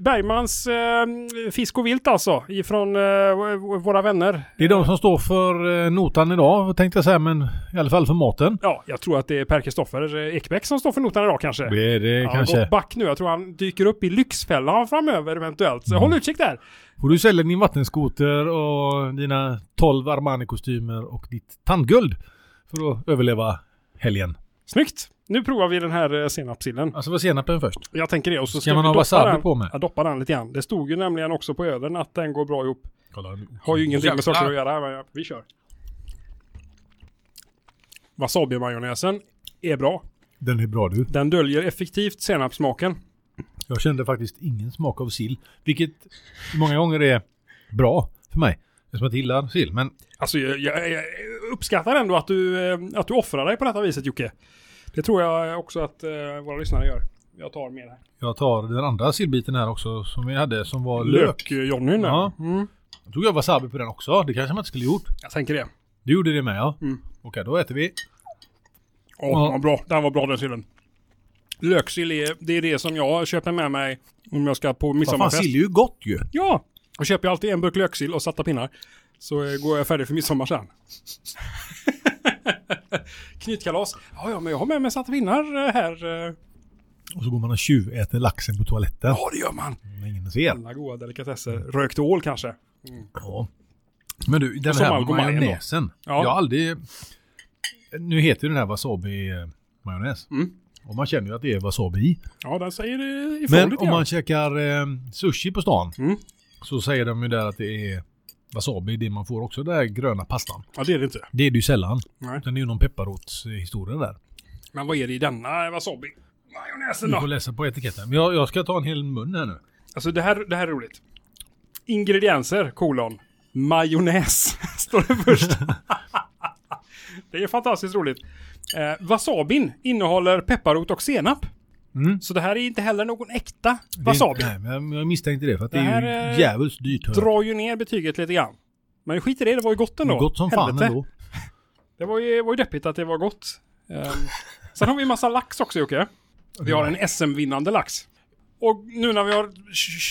Speaker 2: Bergmans eh, Fisk och Vilt alltså, ifrån eh, v- v- våra vänner.
Speaker 1: Det är de som står för eh, notan idag, tänkte jag säga, men i alla fall för maten.
Speaker 2: Ja, jag tror att det är Per Kristoffer eh, Ekbäck som står för notan idag kanske.
Speaker 1: Det är det
Speaker 2: Han har
Speaker 1: kanske.
Speaker 2: gått back nu. Jag tror han dyker upp i Lyxfällan framöver eventuellt.
Speaker 1: Mm.
Speaker 2: Så håll utkik där.
Speaker 1: Och du säljer din vattenskoter och dina 12 Armani-kostymer och ditt tandguld för att överleva helgen.
Speaker 2: Snyggt! Nu provar vi den här eh, senapsillen.
Speaker 1: Alltså var senapen först.
Speaker 2: Jag tänker det och så
Speaker 1: Ska man ha
Speaker 2: doppa
Speaker 1: wasabi
Speaker 2: den-
Speaker 1: på med?
Speaker 2: Jag doppar den lite grann. Det stod ju nämligen också på ölen att den går bra ihop.
Speaker 1: Kolla nu.
Speaker 2: Har ju ingenting med saker att göra, men ja, vi kör. Wasabi-majonnäsen är bra.
Speaker 1: Den är bra du.
Speaker 2: Den döljer effektivt senapssmaken.
Speaker 1: Jag kände faktiskt ingen smak av sill. Vilket många gånger är bra för mig. Eftersom jag inte gillar sill. Men
Speaker 2: Alltså jag, jag, jag uppskattar ändå att du, eh, att du offrar dig på detta viset Jocke. Det tror jag också att eh, våra lyssnare gör. Jag tar med här.
Speaker 1: jag tar den andra sillbiten här också som vi hade som var lök.
Speaker 2: Lök-Johnny eh, nu.
Speaker 1: Ja.
Speaker 2: Mm.
Speaker 1: Då tog jag wasabi på den också. Det kanske man inte skulle gjort.
Speaker 2: Jag tänker det.
Speaker 1: Du gjorde det med ja.
Speaker 2: Mm.
Speaker 1: Okej, då äter vi.
Speaker 2: Åh,
Speaker 1: Ja.
Speaker 2: vad bra. Den var bra den sillen. Löksill är, det är det som jag köper med mig om jag ska på
Speaker 1: Vad fan,
Speaker 2: midsommarfest.
Speaker 1: sill är ju gott ju.
Speaker 2: Ja! Då köper jag alltid en burk löksill och satta pinnar. Så eh, går jag färdig för midsommar sen. Knytkalas. Ja, ja, men jag har med mig satta pinnar eh, här. eh.
Speaker 1: Och så går man och tjuväter laxen på toaletten.
Speaker 2: Ja, det gör man.
Speaker 1: När ingen ser.
Speaker 2: Alla goda delikatesser. Rökt ål kanske.
Speaker 1: Ja. Men du, den
Speaker 2: Och som
Speaker 1: här
Speaker 2: Algo Majen då.
Speaker 1: majonnäsen.
Speaker 2: Ja.
Speaker 1: Jag har aldrig... Nu heter ju den här wasabi eh, majonnäs.
Speaker 2: Mm.
Speaker 1: Och man känner ju att det är wasabi i.
Speaker 2: Ja, den säger det ifrån
Speaker 1: Men
Speaker 2: lite
Speaker 1: om
Speaker 2: grann.
Speaker 1: man käkar eh, sushi på stan
Speaker 2: Mm.
Speaker 1: så säger de ju där att det är wasabi, det man får också, den där gröna pastan.
Speaker 2: Ja, det är det inte.
Speaker 1: Det är det ju sällan.
Speaker 2: Nej.
Speaker 1: Utan det är ju någon pepparrotshistoria där.
Speaker 2: Men vad är det i denna eh, wasabi? Majonnäsen
Speaker 1: Du
Speaker 2: då?
Speaker 1: får läsa på etiketten. Men jag, jag ska ta en hel mun här nu.
Speaker 2: Alltså det här, det här är roligt. Ingredienser, kolon. Majonnäs, står det först. det är fantastiskt roligt. Eh, wasabin innehåller pepparrot och senap.
Speaker 1: Mm.
Speaker 2: Så det här är inte heller någon äkta wasabi.
Speaker 1: Det, nej, men jag- jag misstänkte det för att det,
Speaker 2: Det här
Speaker 1: är
Speaker 2: är-
Speaker 1: ju djävulskt dyrt. hör jag.
Speaker 2: Drar ju ner betyget lite grann. Men skit i det, det var ju gott ändå.
Speaker 1: Gott som fan
Speaker 2: Helvete.
Speaker 1: ändå.
Speaker 2: Det var ju, var ju deppigt att det var gott. Ehm, sen har vi massa lax också Jocke. Vi har en SM-vinnande lax. Och nu när vi har k-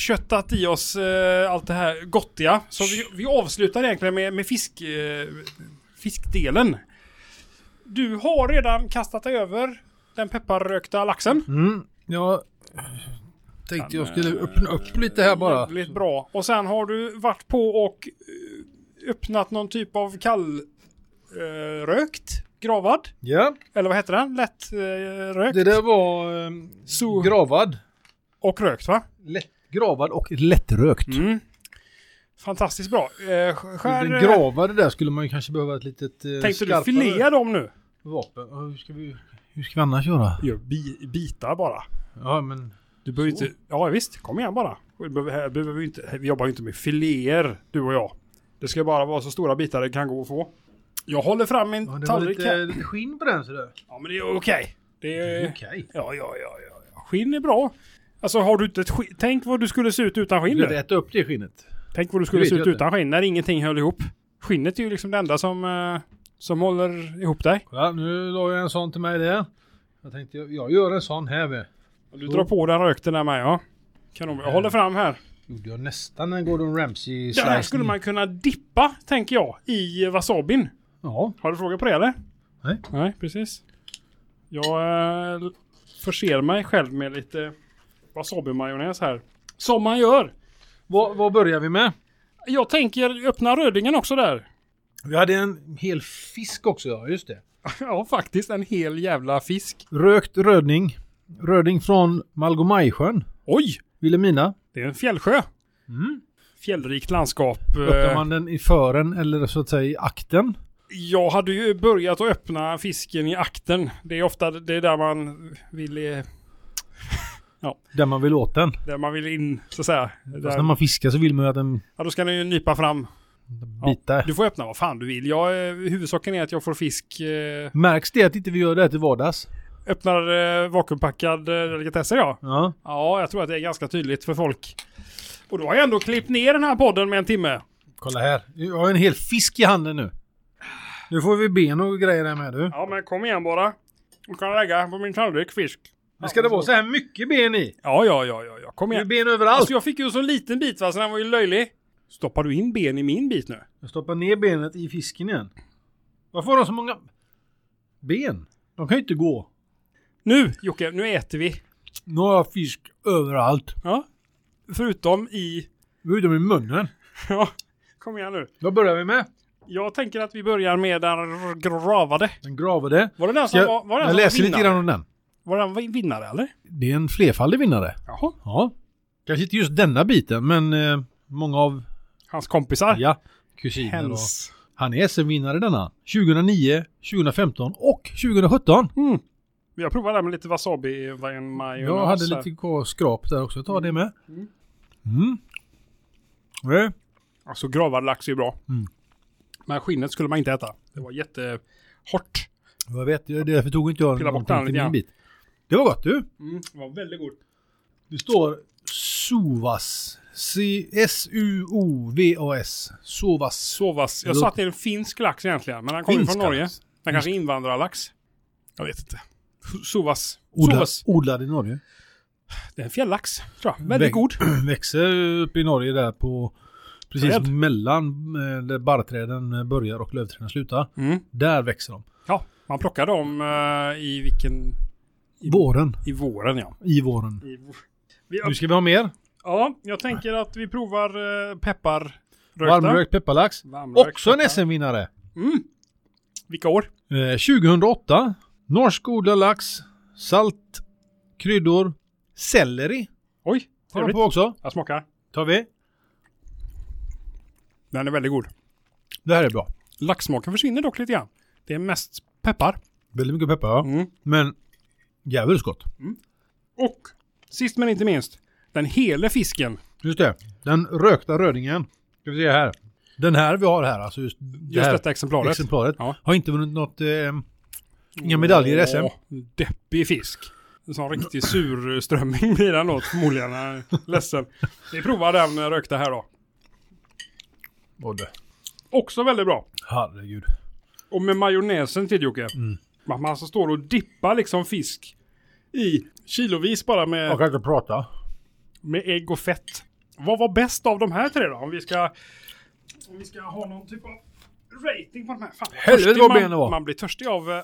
Speaker 2: köttat i oss eh, allt det här gottiga. Så vi, vi avslutar egentligen med, med fisk, eh, fiskdelen. Du har redan kastat dig över den pepparrökta laxen.
Speaker 1: Mm. Jag tänkte jag
Speaker 2: eh,
Speaker 1: skulle öppna upp lite här bara.
Speaker 2: Jävligt bra. Och sen har du varit på och eh, öppnat någon typ av kall eh, rökt gravad.
Speaker 1: Ja,
Speaker 2: Eller vad heter den? Lätt eh, rökt
Speaker 1: det där var ehm,
Speaker 2: Så-
Speaker 1: gravad.
Speaker 2: och rökt va?
Speaker 1: Lätt, gravad och lättrökt.
Speaker 2: Mm. Fantastiskt bra. Eh, sk- skär,
Speaker 1: Den
Speaker 2: eh,
Speaker 1: gravade där skulle man ju kanske behöva ett litet eh,
Speaker 2: tänkte du
Speaker 1: skarpare
Speaker 2: filea dem nu?
Speaker 1: vapen. Ja, Hur ska, vi, hur ska vi annars göra?
Speaker 2: Gör bi, bitar bara.
Speaker 1: Ja, men...
Speaker 2: Du behöver inte... Ja visst, kom igen bara. Vi, behöver, här behöver vi, inte, vi jobbar ju inte med filéer, du och jag. Det ska bara vara så stora bitar det kan gå att få. Jag håller fram min
Speaker 1: Ja, det var
Speaker 2: tallrik
Speaker 1: lite,
Speaker 2: här.
Speaker 1: lite skinn på den sådär.
Speaker 2: Ja men det är okej. Det
Speaker 1: Okej.
Speaker 2: är... Ja, ja, ja, ja. ja. Skinn är bra. Alltså har du inte ett skinn... Tänk vad du skulle se ut utan skinn.
Speaker 1: Du
Speaker 2: du.
Speaker 1: vet, äta upp det skinnet.
Speaker 2: Tänk vad du
Speaker 1: Det
Speaker 2: skulle
Speaker 1: vet
Speaker 2: se
Speaker 1: jag
Speaker 2: ut
Speaker 1: inte.
Speaker 2: utan skinn när ingenting höll ihop. Skinnet är ju liksom det enda som, eh, som håller ihop dig.
Speaker 1: Kolla, nu la jag en sån till mig där. Jag tänkte, jag, jag gör en sån här med.
Speaker 2: Du drar på den rökten där med ja. Kanon. Jag håller fram här.
Speaker 1: Oh, Gjorde jag nästan en Gordon Ramsay
Speaker 2: Den här
Speaker 1: Eh, slice.
Speaker 2: skulle man kunna dippa, tänker jag, i wasabin.
Speaker 1: Ja.
Speaker 2: Har du frågor på det eller?
Speaker 1: Nej.
Speaker 2: Nej, precis. Jag eh, förser mig själv med lite wasabi-majonnäs här. Som man gör.
Speaker 1: Vad, vad börjar vi med?
Speaker 2: Jag tänker öppna rödingen också där.
Speaker 1: Vi hade en hel fisk också, ja just det.
Speaker 2: ja, faktiskt en hel jävla fisk.
Speaker 1: Rökt röding. Röding från Malgomajsjön.
Speaker 2: Oj!
Speaker 1: Vilhelmina.
Speaker 2: Det är en fjällsjö.
Speaker 1: Mm.
Speaker 2: Fjällrikt landskap.
Speaker 1: Öppnar
Speaker 2: eh,
Speaker 1: man den i fören eller så att säga i akten.
Speaker 2: Jag hade ju börjat att öppna fisken i akten. Det är ofta det är där man vill, eh,
Speaker 1: Där man vill åt den.
Speaker 2: där man vill in, så att säga.
Speaker 1: Fast
Speaker 2: Där,
Speaker 1: när man fiskar så vill man ju att den...
Speaker 2: ja, då ska den ju nypa fram
Speaker 1: bitar.
Speaker 2: Du får öppna vad fan du vill. Jag, eh, huvudsaken är att jag får fisk. Eh,
Speaker 1: Märks det att inte vi gör det här till vardags?
Speaker 2: öppnar eh, vakuumpackad eh, delikatesser ja.
Speaker 1: Ja.
Speaker 2: Ja, jag tror att det är ganska tydligt för folk. Och då har jag ändå klippt ner den här podden med en timme.
Speaker 1: Kolla här. Jag har en hel fisk i handen nu. Nu får vi ben och grejer här med du.
Speaker 2: Ja, men kom igen bara. Du kan lägga på min tallrik fisk.
Speaker 1: Men ska det vara så här mycket ben i?
Speaker 2: Ja, ja, ja, ja, ja. kom
Speaker 1: Det är
Speaker 2: igen.
Speaker 1: ben överallt.
Speaker 2: Alltså jag fick ju så liten bit va, så den var ju löjlig. Stoppar du in ben i min bit nu?
Speaker 1: Jag stoppar ner benet i fisken igen. Varför har de så många ben? De kan ju inte gå.
Speaker 2: Nu Jocke, nu äter vi.
Speaker 1: Nu har jag fisk överallt.
Speaker 2: Ja. Förutom i...
Speaker 1: Utom i munnen.
Speaker 2: Ja, kom igen nu.
Speaker 1: Vad börjar vi med?
Speaker 2: Jag tänker att vi börjar med den gravade.
Speaker 1: Den gravade.
Speaker 2: Var det den som
Speaker 1: Jag,
Speaker 2: var, var, den
Speaker 1: jag
Speaker 2: som
Speaker 1: läser
Speaker 2: var
Speaker 1: lite
Speaker 2: vinnare?
Speaker 1: grann om den.
Speaker 2: Var den vin- vinnare eller?
Speaker 1: Det är en flerfaldig vinnare.
Speaker 2: Jaha.
Speaker 1: Ja. Kanske inte just denna biten, men eh, många av
Speaker 2: Hans kompisar.
Speaker 1: ja, kusiner och...
Speaker 2: Hens.
Speaker 1: Han är SM-vinnare denna. 2009, 2015 och 2017.
Speaker 2: Mm. Jag provar det här med lite wasabi en majonnäs.
Speaker 1: Jag hade
Speaker 2: här.
Speaker 1: lite kvar skrap där också. Ta det med.
Speaker 2: Mm.
Speaker 1: Mm. Eh,
Speaker 2: Alltså gravad lax är ju bra.
Speaker 1: Mm.
Speaker 2: Men skinnet skulle man inte äta. Det var jättehårt.
Speaker 1: Jag vet, det är därför tog inte jag
Speaker 2: Pilla bort
Speaker 1: någonting
Speaker 2: den
Speaker 1: till min
Speaker 2: lite grann.
Speaker 1: bit. Det var gott du.
Speaker 2: Mm, det var väldigt gott.
Speaker 1: Det står Sovas. C- S-U-O-V-A-S. Sovas.
Speaker 2: Sovas. Jag
Speaker 1: Det
Speaker 2: sa
Speaker 1: låter-
Speaker 2: att det är en finsk lax egentligen. Men den kommer ju
Speaker 1: Finsk
Speaker 2: från Norge.
Speaker 1: lax.
Speaker 2: Den kanske är invandrarlax. Jag vet inte. Sovas.
Speaker 1: Odlad,
Speaker 2: Sovas.
Speaker 1: odlad i Norge.
Speaker 2: Det är en fjällax, tror jag. Väldigt
Speaker 1: Väg-
Speaker 2: god.
Speaker 1: Växer uppe i Norge där på precis
Speaker 2: Träd.
Speaker 1: mellan eh, där barrträden börjar och lövträden slutar.
Speaker 2: Mm.
Speaker 1: Där växer de.
Speaker 2: Ja, man plockar dem eh, i vilken... I-
Speaker 1: Våren.
Speaker 2: I våren ja.
Speaker 1: I våren.
Speaker 2: I, vå- vi,
Speaker 1: Nu ska vi ha mer.
Speaker 2: ja, jag tänker att vi provar eh, pepparrökta.
Speaker 1: Varmrökt pepparlax.
Speaker 2: Varmrökt
Speaker 1: Också en
Speaker 2: peppar.
Speaker 1: SM-vinnare.
Speaker 2: Mm. Vilka år?
Speaker 1: Eh, 2008. Norsk odlad lax. Salt. Kryddor. Selleri.
Speaker 2: Oj,
Speaker 1: Har de
Speaker 2: trevligt.
Speaker 1: på också.
Speaker 2: Jag smakar.
Speaker 1: Tar vi.
Speaker 2: Den är väldigt god.
Speaker 1: Det här är bra.
Speaker 2: Laxsmaken försvinner dock lite grann. Det är mest peppar.
Speaker 1: Väldigt mycket peppar ja.
Speaker 2: Mm.
Speaker 1: Men djävulskt gott.
Speaker 2: Och sist men inte minst, den hele fisken.
Speaker 1: Just det. Den rökta rödingen. Ska vi se här. Den här vi har här, alltså just, det
Speaker 2: Just
Speaker 1: här
Speaker 2: detta exemplaret.
Speaker 1: exemplaret.
Speaker 2: Ja.
Speaker 1: Har inte vunnit något... Eh, inga medaljer i SM.
Speaker 2: Åh, Deppig fisk. En sån riktig surströmming blir den åt förmodligen. Jag är Ledsen. Vi provar den rökta här då.
Speaker 1: Både.
Speaker 2: Också väldigt bra.
Speaker 1: Herregud.
Speaker 2: Och med majonnäsen till Jocke.
Speaker 1: Mm.
Speaker 2: Man man alltså står och dippar liksom fisk i kilovis bara med...
Speaker 1: Jag kan inte prata.
Speaker 2: med ägg och fett. Vad var bäst av de här tre då? Om vi ska, om vi ska ha någon typ av rating på de här. Fan, vad
Speaker 1: Helvete
Speaker 2: törstig
Speaker 1: vad
Speaker 2: man,
Speaker 1: benen var.
Speaker 2: Man blir törstig av, eh,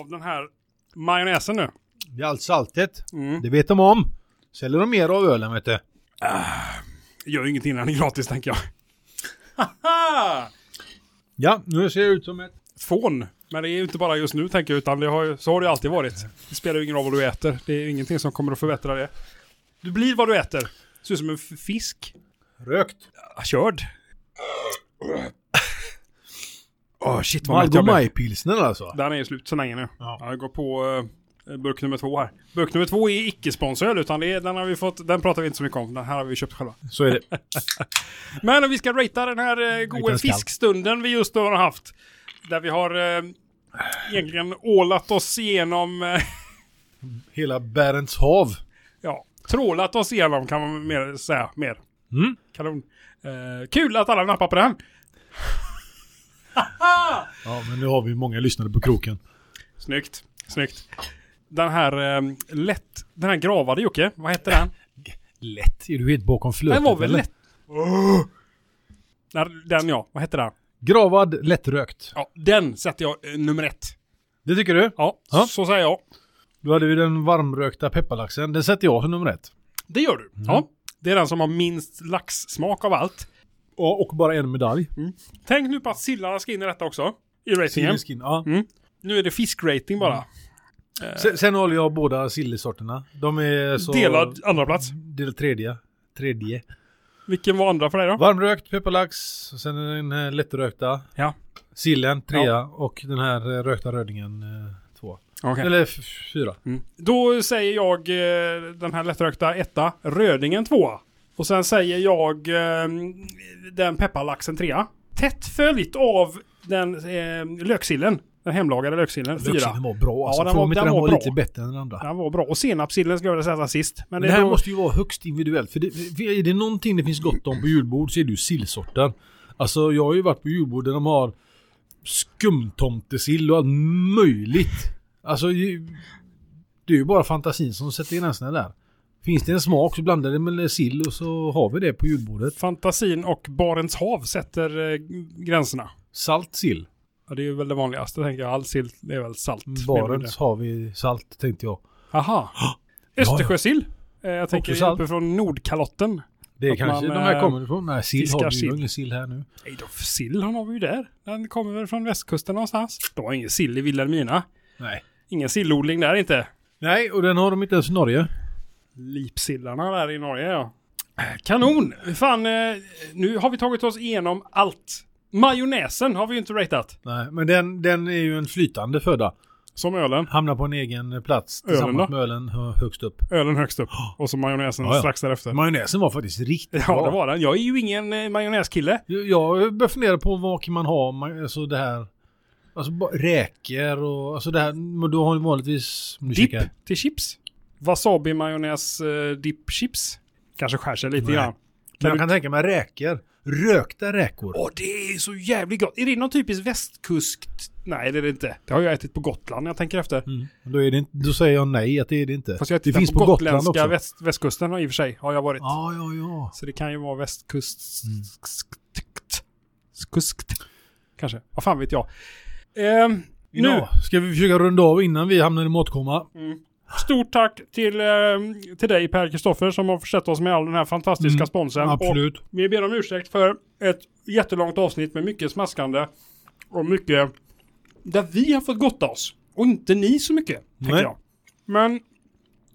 Speaker 2: av den här majonnäsen nu.
Speaker 1: Det är allt saltet.
Speaker 2: Mm.
Speaker 1: Det vet de om. Säljer de mer av ölen vet du.
Speaker 2: Gör ju ingenting innan det är gratis tänker jag.
Speaker 1: Ja, nu ser det ut som ett...
Speaker 2: Fån. Men det är ju inte bara just nu tänker jag, utan det har, ju- så har det ju alltid varit. Det spelar ju ingen roll vad du äter. Det är ju ingenting som kommer att förbättra det. Du blir vad du äter. Ser ut som en f- fisk.
Speaker 1: Rökt.
Speaker 2: Ah, Körd. Åh Ah, shit vad mätt
Speaker 1: Margot
Speaker 2: jag blev.
Speaker 1: Maj-pilsnern alltså.
Speaker 2: Den är ju slut så länge nu.
Speaker 1: Ja.
Speaker 2: Jag går på eh, burk nummer två här. Burk nummer två är icke-sponsöl utan det är, den har vi fått, den pratar vi inte så mycket om. Den här har vi köpt själva.
Speaker 1: Så är det.
Speaker 2: Men om vi ska ratea den här eh,
Speaker 1: Liten
Speaker 2: goda
Speaker 1: skall.
Speaker 2: fiskstunden vi just har haft. Där vi har eh, egentligen ålat oss igenom, eh,
Speaker 1: Hela Barents hav.
Speaker 2: ja, trålat oss igenom kan man mer säga. Mer.
Speaker 1: Mm.
Speaker 2: Kanon. Eh, kul att alla nappar på den.
Speaker 1: Ja, men nu har vi många lyssnare på kroken.
Speaker 2: Snyggt, snyggt. Den här eh, lätt, den här gravade Jocke, vad heter den?
Speaker 1: Lätt. Är du helt bakom flötet
Speaker 2: Den var väl
Speaker 1: eller?
Speaker 2: lätt... Den, den ja, vad hette den?
Speaker 1: Gravad lättrökt.
Speaker 2: Ja, den sätter jag eh, nummer ett.
Speaker 1: Det tycker du?
Speaker 2: Ja,
Speaker 1: Ja.
Speaker 2: så säger jag.
Speaker 1: Då hade vi den varmrökta pepparlaxen. Den sätter jag som nummer ett.
Speaker 2: Det gör du.
Speaker 1: Mm.
Speaker 2: Ja, det är den som har minst laxsmak av allt.
Speaker 1: Och, och bara en medalj.
Speaker 2: Tänk nu på att sillarna ska in i detta också. I ratingen.
Speaker 1: Skin, Mm. ja.
Speaker 2: Nu är det fiskrating
Speaker 1: Mm.
Speaker 2: bara.
Speaker 1: sen, sen håller jag båda sillesorterna. De är så...
Speaker 2: Delad andra plats.
Speaker 1: Del tredje. Tredje.
Speaker 2: Vilken var andra för dig då?
Speaker 1: Varmrökt pepparlax. och Sen den här lättrökta.
Speaker 2: Ja.
Speaker 1: Sillen trea. Och den här eh, rökta rödingen eh, två.
Speaker 2: Okej.
Speaker 1: Eller f- fyra.
Speaker 2: Mm. Då säger jag eh, den här lättrökta etta, rödingen tvåa. Och sen säger jag ehm, den pepparlaxen trea. Tätt följt av den eh, löksillen. Den hemlagade löksillen. Fyra.
Speaker 1: Löksillen var bra.
Speaker 2: Ja,
Speaker 1: Alltså,
Speaker 2: den
Speaker 1: Fråga
Speaker 2: var-
Speaker 1: om inte
Speaker 2: den
Speaker 1: den
Speaker 2: var
Speaker 1: var
Speaker 2: bra.
Speaker 1: lite bättre än den andra.
Speaker 2: Den var bra. Och senapssillen skulle jag vilja sätta sist. Men
Speaker 1: Men det här
Speaker 2: då-
Speaker 1: måste ju vara högst individuellt. För det, för är det någonting det finns gott om på julbord så är det ju sillsorter. Alltså jag har ju varit på julbord där de har skumtomtesill och allt möjligt. Alltså ju- det är ju bara fantasin som sätter gränserna där. Finns det en smak så blandar det med sill och så har vi det på julbordet.
Speaker 2: Fantasin och Barents hav sätter eh, gränserna.
Speaker 1: Salt sill.
Speaker 2: Ja, det är väl det vanligaste tänker jag. All sill är väl salt.
Speaker 1: Mm, Barents har vi salt tänkte jag.
Speaker 2: Aha. Östersjösill. Eh, Jag tänker
Speaker 1: salt.
Speaker 2: uppifrån Nordkalotten.
Speaker 1: Det är
Speaker 2: Att
Speaker 1: kanske
Speaker 2: man,
Speaker 1: de här
Speaker 2: eh,
Speaker 1: kommer ifrån. Nej, sill
Speaker 2: fiskar
Speaker 1: har vi ju. Vi har
Speaker 2: sill.
Speaker 1: ingen sill här nu.
Speaker 2: Nej då, för sill han har vi ju där. Den kommer väl från västkusten någonstans. De har ingen sill i Vilhelmina.
Speaker 1: Nej.
Speaker 2: Ingen sillodling där inte.
Speaker 1: Nej, och den har de inte ens i Norge.
Speaker 2: Lipsillarna där i Norge ja. Eh, Kanon! Fan, eh, nu har vi tagit oss igenom allt. Majonnäsen har vi ju inte ratat.
Speaker 1: Nej, men den, den är ju en flytande föda.
Speaker 2: Som ölen.
Speaker 1: Hamnar på en egen plats
Speaker 2: Ölen
Speaker 1: tillsammans
Speaker 2: då?
Speaker 1: med ölen hö- högst upp.
Speaker 2: Ölen högst upp. Och så majonnäsen
Speaker 1: Ja, ja.
Speaker 2: strax därefter.
Speaker 1: Majonnäsen var faktiskt riktigt
Speaker 2: Ja,
Speaker 1: bra.
Speaker 2: det var den. Jag är ju ingen eh, majonnäskille.
Speaker 1: Jag började fundera på vad kan man ha, ma- alltså det här. Alltså bara räkor och alltså det här, men då har ju vanligtvis... nu
Speaker 2: Dipp
Speaker 1: kikar jag.
Speaker 2: till chips. Wasabi majonnäs eh, dipp chips. Kanske skär sig lite
Speaker 1: Nej.
Speaker 2: grann.
Speaker 1: Men jag kan tänka mig räkor. Rökta räkor.
Speaker 2: Åh, det är så jävligt gott. Är det någon typisk västkust? Nej, det är det inte. Det har jag ätit på Gotland när jag tänker efter.
Speaker 1: Mm. Då, är det inte, då säger jag nej att det är det inte.
Speaker 2: Fast jag har
Speaker 1: det
Speaker 2: ätit den
Speaker 1: finns
Speaker 2: på,
Speaker 1: på Gotland
Speaker 2: gotländska
Speaker 1: också.
Speaker 2: väst, västkusten i och för sig. Har jag varit.
Speaker 1: Ja, ja, ja.
Speaker 2: Så det kan ju vara västkust... Skuskt. Skuskt. Kanske. Vad fan vet jag. Ehm, nu,
Speaker 1: Ja, ska vi försöka runda av innan vi hamnar i matkoma?
Speaker 2: stort tack till, ehm, till dig Per Kristoffer som har försett oss med all den här fantastiska
Speaker 1: Mm,
Speaker 2: sponsen. Och
Speaker 1: Absolut.
Speaker 2: Vi ber om ursäkt för ett jättelångt avsnitt med mycket smaskande och mycket där vi har fått gotta oss och inte ni så mycket, tänker
Speaker 1: Nej.
Speaker 2: jag. Men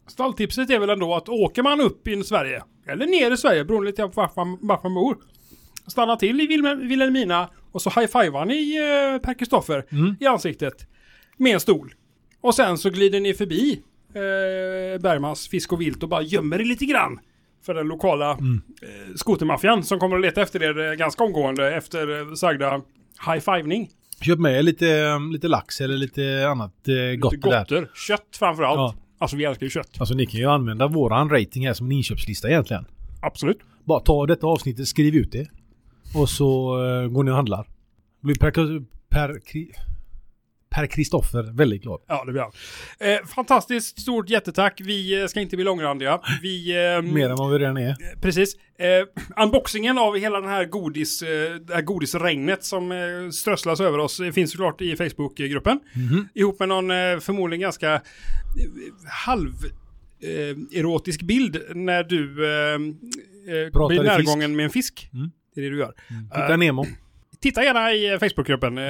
Speaker 2: stalltipset är väl ändå att åker man upp i Sverige, eller ner i Sverige beroende lite på vart man, vart man bor, stanna till i Vilhelm- Vilhelmina och så high-fivar ni eh, Per Kristoffer i ansiktet med en stol. Och sen så glider ni förbi eh, Bergmans Fisk och Vilt och bara gömmer er lite grann för den lokala eh, skotermaffian som kommer att leta efter er eh, ganska omgående efter eh, sagda high-fivning.
Speaker 1: Köp med er lite, lite lax eller lite annat eh, gott
Speaker 2: Lite
Speaker 1: där.
Speaker 2: Gotter, kött framför allt.
Speaker 1: Ja.
Speaker 2: Alltså vi älskar ju kött.
Speaker 1: Alltså ni kan ju använda våran rating här som en inköpslista egentligen.
Speaker 2: Absolut.
Speaker 1: Bara ta detta avsnittet, skriv ut det. Och så eh, går ni och handlar. Blir Per Kristoffer per, Kri- per Kristoffer väldigt glad.
Speaker 2: Ja, det blir han. Eh, fantastiskt stort jättetack. Vi eh, ska inte bli långrandiga. Vi... Eh,
Speaker 1: Mer än vad vi redan är.
Speaker 2: Precis. Eh, unboxingen av hela den här godis, eh, det här godisregnet som eh, strösslas över oss eh, finns såklart i Facebookgruppen.
Speaker 1: Mhm.
Speaker 2: Ihop med någon eh, förmodligen ganska eh, halv eh, erotisk bild när du eh, eh,
Speaker 1: Pratar
Speaker 2: blir
Speaker 1: i fisk.
Speaker 2: närgången med en fisk.
Speaker 1: Mm.
Speaker 2: Det är det du gör. Eh,
Speaker 1: Titta Nemo.
Speaker 2: Titta gärna i eh, Facebookgruppen. Eh,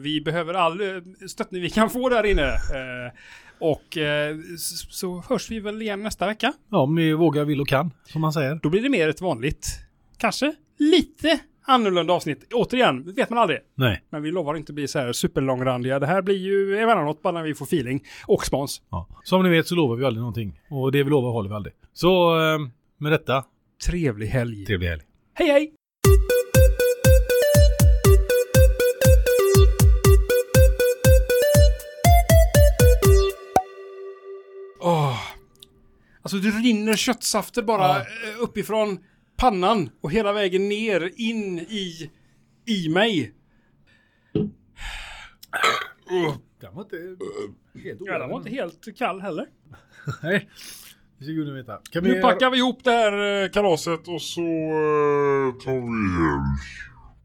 Speaker 2: Vi behöver all eh, stöttning vi kan få där inne. Eh, Och eh, s- så hörs vi väl igen nästa vecka.
Speaker 1: Ja, om ni vågar, vill och kan. Som man säger.
Speaker 2: Då blir det mer ett vanligt, kanske lite annorlunda avsnitt. Återigen, vet man aldrig.
Speaker 1: Nej.
Speaker 2: Men vi lovar inte bli så här superlångrandiga. Det här blir ju emellanåt bara när vi får feeling och spons.
Speaker 1: Ja. Som ni vet så lovar vi aldrig någonting. Och det vi lovar håller vi aldrig. Så eh, med detta.
Speaker 2: Trevlig helg.
Speaker 1: Trevlig helg.
Speaker 2: Hej hej! Åh. Alltså det rinner köttsafter bara
Speaker 1: Ja.
Speaker 2: eh, uppifrån pannan och hela vägen ner in i, i mig.
Speaker 1: Den var inte helt
Speaker 2: Äh. Ja, den var inte helt kall heller.
Speaker 1: Nej. Det ska gudarna veta. Kan
Speaker 2: Nu packar vi ihop det här eh, kalaset och så... eh,
Speaker 3: Tony Harris.